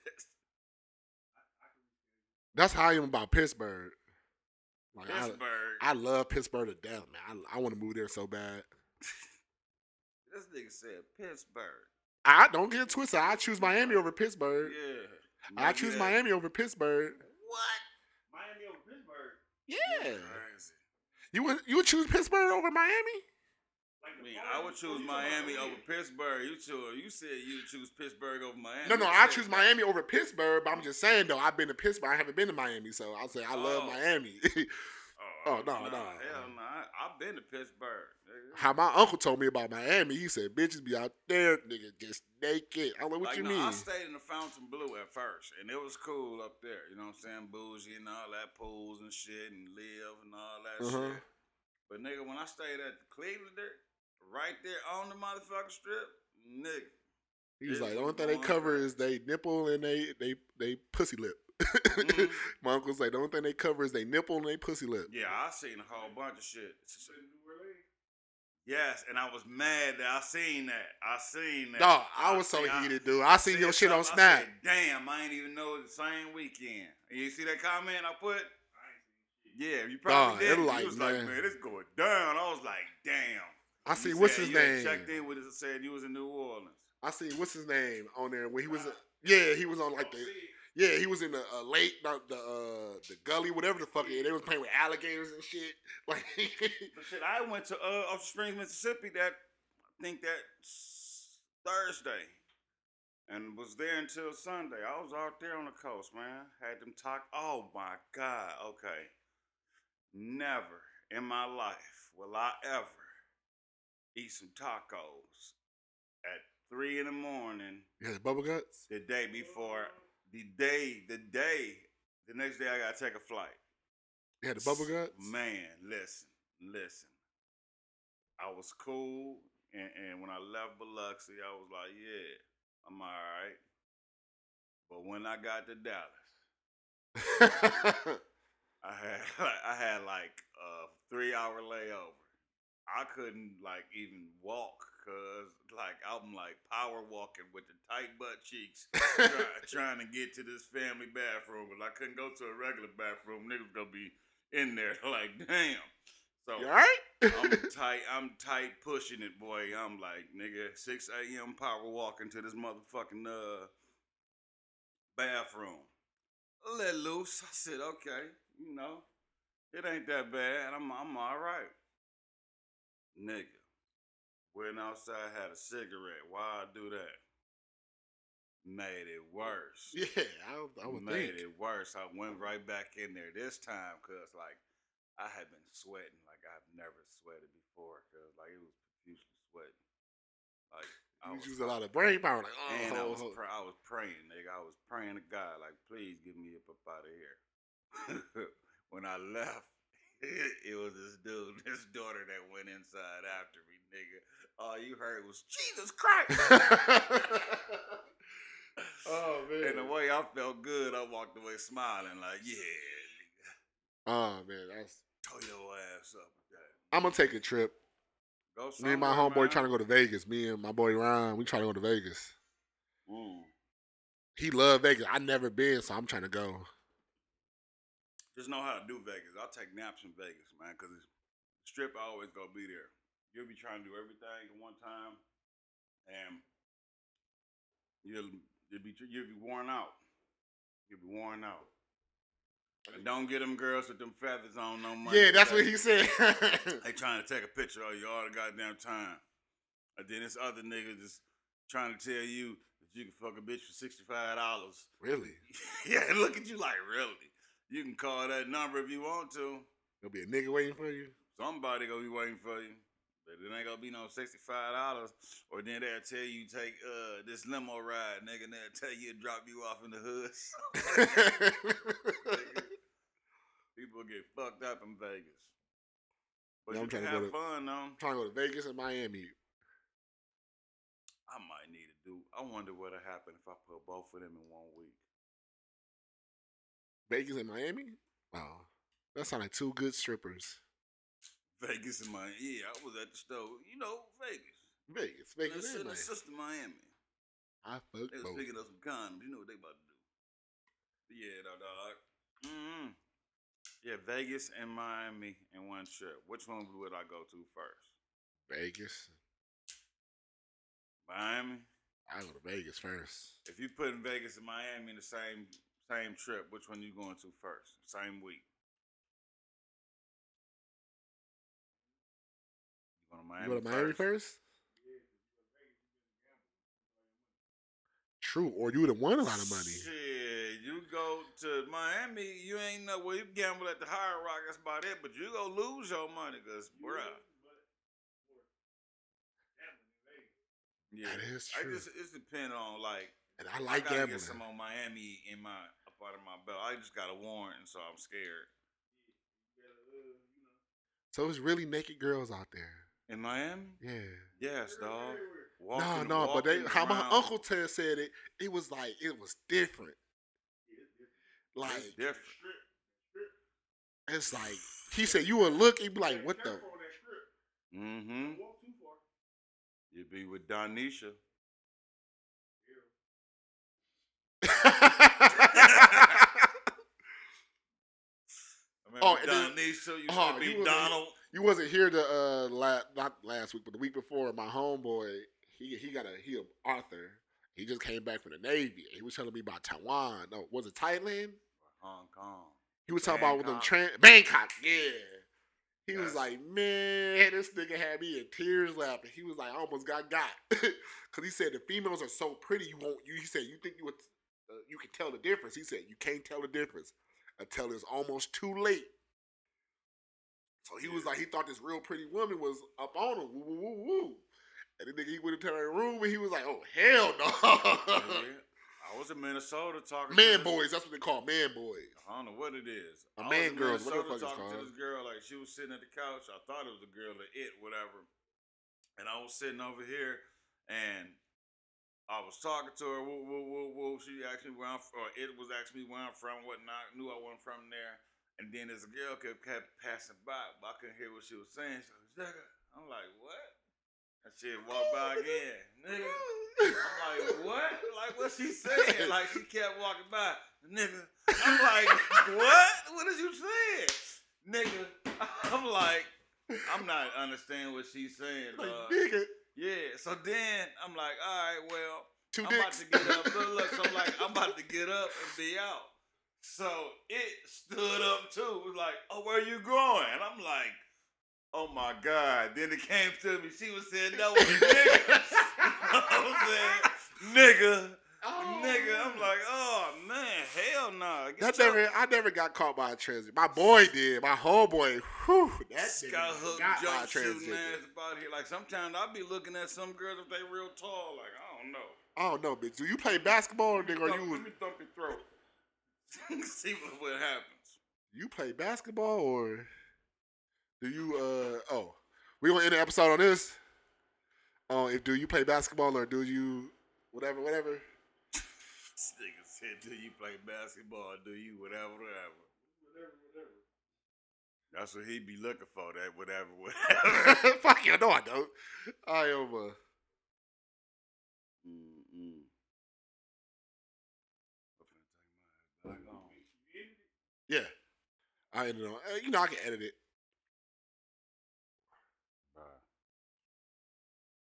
Speaker 1: That's how I am about Pittsburgh. Like
Speaker 2: Pittsburgh.
Speaker 1: I, I love Pittsburgh to death, man. I, I want to move there so bad.
Speaker 2: this nigga said Pittsburgh.
Speaker 1: I don't get it twisted. I choose Miami over
Speaker 2: Yeah.
Speaker 1: Pittsburgh. I
Speaker 2: Nigga,
Speaker 1: choose
Speaker 2: that-
Speaker 1: Miami over Pittsburgh.
Speaker 2: What?
Speaker 3: Miami over Pittsburgh.
Speaker 1: Yeah.
Speaker 2: Crazy.
Speaker 1: You would you would choose Pittsburgh over Miami?
Speaker 3: Like
Speaker 2: I
Speaker 3: the
Speaker 2: mean,
Speaker 3: phone
Speaker 2: I would
Speaker 3: is-
Speaker 2: choose
Speaker 3: you know,
Speaker 2: Miami
Speaker 3: yeah.
Speaker 2: over Pittsburgh. You chose. You said you choose Pittsburgh over Miami.
Speaker 1: No, no,
Speaker 2: You
Speaker 1: I
Speaker 2: said-
Speaker 1: choose Miami over Pittsburgh, but I'm just saying though, I've been to Pittsburgh. I haven't been to Miami, so I'll say I love
Speaker 2: Oh.
Speaker 1: Miami. [laughs]
Speaker 2: Oh,
Speaker 1: Oh, no,
Speaker 2: nah,
Speaker 1: no.
Speaker 2: Hell no. I've been to Pittsburgh. nigga.
Speaker 1: How my uncle told me about Miami, he said bitches be out there, nigga, just naked. I'm like, what
Speaker 2: like,
Speaker 1: you
Speaker 2: no,
Speaker 1: mean?
Speaker 2: I stayed in the Fountain Blue at first, and it was cool up there. You know what I'm saying? Bougie and all that, pools and shit, and live and all that
Speaker 1: Uh-huh.
Speaker 2: shit. But nigga, when I stayed at the Cleveland, there, right there on the motherfucking strip, nigga,
Speaker 1: He was
Speaker 2: It
Speaker 1: like, the only
Speaker 2: was
Speaker 1: thing they
Speaker 2: going
Speaker 1: cover
Speaker 2: crazy.
Speaker 1: is they nipple and they they they pussy lip.
Speaker 2: Mhm.
Speaker 1: [laughs] My uncle's like, the only thing they cover is they nipple and they pussy lip.
Speaker 2: yeah, I seen a whole bunch of shit.
Speaker 3: You been to New Orleans?
Speaker 2: Yes, and I was mad that I seen that. I seen that.
Speaker 1: Dog, I was so
Speaker 2: seen- I-
Speaker 1: heated, dude. I seen your shit on
Speaker 2: something, I
Speaker 1: Snap.
Speaker 2: said, Damn, I ain't even know it was the same weekend. And you see that comment I put?
Speaker 3: I ain't seen shit.
Speaker 2: Yeah, you
Speaker 1: Dog,
Speaker 2: probably
Speaker 1: it
Speaker 2: did. You
Speaker 1: like,
Speaker 2: was
Speaker 1: man.
Speaker 2: like, man, it's going down. I was like, damn.
Speaker 1: I
Speaker 2: You
Speaker 1: see what's
Speaker 2: said
Speaker 1: his
Speaker 2: you had
Speaker 1: name.
Speaker 2: Checked in with us and said you was in New Orleans.
Speaker 1: I see what's his name on there when he was. Yeah, he was on like
Speaker 3: Oh,
Speaker 1: the
Speaker 3: see,
Speaker 1: yeah he was in the uh, lake the the, uh, the gully whatever the fuck it- they was playing with alligators and shit [laughs] like
Speaker 2: But shit, I went to uh, Ocean Springs, Mississippi. That I think that s- Thursday, and was there until Sunday. I was out there on the coast, man. Had them talk. Oh my God. Okay. Never in my life will I ever eat some tacos at three in the morning
Speaker 1: yeah the bubble guts
Speaker 2: the day before the day the day the next day I gotta take a flight.
Speaker 1: yeah the bubble guts
Speaker 2: Man, listen, listen. I was cool, and, and when I left Biloxi, I was like, yeah, I'm all right. But when I got to Dallas, [laughs] I had [laughs] I had like a three hour layover. I couldn't like even walk because like I'm like power walking with the tight butt cheeks try,
Speaker 1: [laughs]
Speaker 2: trying to get to this family bathroom, but I couldn't go to a regular bathroom. Niggas gonna be in there [laughs] like, damn. So
Speaker 1: you all right
Speaker 2: I'm tight. I'm tight pushing it, boy. I'm like, nigga, 6 a.m. power walking to this motherfucking uh bathroom. I let loose. I said, okay, you know, it ain't that bad. I'm I'm all right, nigga. Went outside, had a cigarette. Why I do that? Made it worse
Speaker 1: yeah I, I would
Speaker 2: made
Speaker 1: think
Speaker 2: it worse. I went right back in there this time because like I had been sweating like I've never sweated before because like it was profusely sweating. Like I
Speaker 1: you
Speaker 2: was,
Speaker 1: was using a lot of brain power like oh
Speaker 2: and I
Speaker 1: ho,
Speaker 2: was
Speaker 1: ho.
Speaker 2: pra- I was praying, nigga. I was praying to God like, please get me up up out of here. [laughs] when I left. [laughs] It was this dude, [laughs] this daughter that went inside after me, nigga. All you heard was Jesus Christ.
Speaker 1: [laughs] oh
Speaker 2: [laughs] And the way I felt good, I walked away smiling, like, yeah, nigga,
Speaker 1: oh man that's
Speaker 2: tow your ass up with that.
Speaker 1: I'm gonna take a trip
Speaker 2: Go
Speaker 1: me and my
Speaker 2: somewhere,
Speaker 1: homeboy
Speaker 2: man.
Speaker 1: trying to go to Vegas me and my boy Ryan we trying to go to Vegas
Speaker 2: Mm.
Speaker 1: he love Vegas I never been so I'm trying to go
Speaker 2: Just know how to do Vegas. I'll take naps in Vegas, man, because strip always gonna be there. You'll be trying to do everything at one time, and you'll you'll be you'll be worn out. You'll be worn out. And don't get them girls with them feathers on no money.
Speaker 1: yeah that's
Speaker 2: okay?
Speaker 1: what he said
Speaker 2: [laughs]
Speaker 1: [laughs]
Speaker 2: They trying to take a picture of you all the goddamn time. And then this other nigga just trying to tell you that you can fuck a bitch for sixty five dollars.
Speaker 1: really
Speaker 2: [laughs] yeah, and look at you like really. You can call that number if you want to.
Speaker 1: There'll be a nigga waiting for you. [laughs]
Speaker 2: Somebody gonna be waiting for you. But it ain't gonna be no sixty five dollars. Or then they'll tell you take uh this limo ride, nigga, and they'll tell you to drop you off in the hood. [laughs] People get fucked up in Vegas. But
Speaker 1: Yeah,
Speaker 2: you
Speaker 1: I'm
Speaker 2: can
Speaker 1: tryna go
Speaker 2: have
Speaker 1: to-
Speaker 2: fun though.
Speaker 1: trying to go to Vegas and Miami.
Speaker 2: I might need to do. I wonder what'll happen if I put both of them in one week.
Speaker 1: Vegas and Miami? Wow. That sound like two good strippers.
Speaker 2: Vegas in Miami.
Speaker 4: Yeah, I was at the store. You know, Vegas.
Speaker 1: Vegas,
Speaker 4: Vegas and her
Speaker 1: Vegas and Miami.
Speaker 4: sister Miami.
Speaker 1: I fuck
Speaker 4: They was
Speaker 1: both.
Speaker 4: picking up some condoms. You know what they about to do. Yeah, dog. dog.
Speaker 2: mm Yeah, Vegas and Miami in one trip. Which one would I go to first?
Speaker 1: Vegas.
Speaker 2: Miami.
Speaker 1: I go to Vegas first.
Speaker 2: If you put in Vegas and Miami in the same same trip, which one you going to first? Same week. You going to Miami,
Speaker 1: you go to Miami first? True, or you would have won a lot of money.
Speaker 2: Shit, you go to Miami, you ain't know where you gamble at the High Rock. That's about it. But you gonna lose your money, cause bruh. Yeah,
Speaker 1: That is
Speaker 2: I
Speaker 1: true.
Speaker 2: just it's depend on like
Speaker 1: And I like
Speaker 2: I gotta
Speaker 1: gambling.
Speaker 2: get some uh, on Miami in my up out of my belt. I just got a warrant, so I'm scared.
Speaker 1: So it's really naked girls out there.
Speaker 2: In Miami?
Speaker 1: Yeah.
Speaker 2: Yes, dog.
Speaker 1: No,
Speaker 2: Walking,
Speaker 1: no, but they
Speaker 2: walking
Speaker 1: how my
Speaker 2: around.
Speaker 1: uncle Ted said it, it was like it was different. Like
Speaker 2: It's different.
Speaker 1: it's like
Speaker 2: [laughs]
Speaker 1: he said you would look, he'd be like, What the Hmm?
Speaker 2: Mm-hmm.
Speaker 3: Walk too far.
Speaker 2: You be with Donisha.
Speaker 1: [laughs]
Speaker 2: [laughs] Remember
Speaker 1: Oh,
Speaker 2: oh,
Speaker 1: and then-
Speaker 2: Donisha, you
Speaker 1: oh,
Speaker 2: oh, be
Speaker 1: you was-
Speaker 2: Donald.
Speaker 1: You wasn't here the uh la- not last week, but the week before. My homeboy, he he got a he a Arthur. He just came back from the Navy. He was telling me about Taiwan. No, was it Thailand?
Speaker 2: Hong
Speaker 1: [laughs]
Speaker 2: Kong.
Speaker 1: He was talking about with them
Speaker 2: Bangkok.
Speaker 1: trans Bangkok. Yeah. He was
Speaker 2: Yes.
Speaker 1: like, man, this nigga had me in tears laughing. He was like, I almost got got, [laughs] cause he said the females are so pretty. You won't. You he said you think you would, uh, you can tell the difference. He said you can't tell the difference until it's almost too late. So he was like, he thought this real pretty woman was up on him. Woo, woo, woo, woo. And the nigga, he went into her room and he was like, oh hell no.
Speaker 2: Nigga, I was in Minnesota talking to
Speaker 1: [laughs] man
Speaker 2: this-
Speaker 1: boys, that's what they call man boys.
Speaker 2: I don't know what it is.
Speaker 1: A
Speaker 2: I was
Speaker 1: man
Speaker 2: in
Speaker 1: girl, what the
Speaker 2: Minnesota
Speaker 1: fuck it's
Speaker 2: talking to
Speaker 1: called.
Speaker 2: this girl like she was sitting at the couch. I thought it was a girl or it, whatever. And I was sitting over here, and I was talking to her. Woo, woo, woo, woo. She asked me where I'm from. Or it was asking me where I'm from, whatnot. Knew I wasn't from there. And then this girl kept, kept passing by, but I couldn't hear what she was saying. She was, nigga. I'm like, what? And she walked by again, nigga.
Speaker 1: [laughs]
Speaker 2: I'm like, what? Like, what she saying? Like, she kept walking by, nigga. I'm like, what? What is you saying, nigga? I'm like, I'm not understanding what she's saying.
Speaker 1: Like,
Speaker 2: dog.
Speaker 1: nigga,
Speaker 2: yeah. So then I'm like, all right, well,
Speaker 1: two
Speaker 2: I'm about
Speaker 1: dicks.
Speaker 2: to get up. Look, look. So I'm like, I'm about to get up and be out. So it stood up too. It was like, oh, where you going? And I'm like, oh my god. Then it came to me. She was saying that was nigga. [laughs] I was saying, nigga,
Speaker 1: [laughs] Oh.
Speaker 2: nigga. I'm like, oh man, hell no.
Speaker 1: That never, I never got caught by a transit. My boy did. My homeboy, whew, that nigga
Speaker 2: Sky hook
Speaker 1: got by a
Speaker 2: jumpsuit
Speaker 1: transgender.
Speaker 2: man is about here. Like sometimes I'll be looking at some girls if they real tall. Like I don't know.
Speaker 1: I don't know, bitch. Do you play basketball, nigga, or
Speaker 2: Thump-
Speaker 1: you was,
Speaker 2: let me thump your throat. [laughs] See what, what happens.
Speaker 1: you play basketball or do you? uh Oh, we gonna end the episode on this. Oh, if do you play basketball or do you whatever, whatever? [laughs]
Speaker 2: This nigga said, "Do you play basketball? Do you whatever, whatever?"
Speaker 3: Whatever, whatever.
Speaker 2: That's what he be looking for. That whatever, [laughs] whatever.
Speaker 1: Fuck you, no, I don't. I am. Uh,
Speaker 2: Mm-mm.
Speaker 1: yeah, I ended on. uh, You know, I can edit it.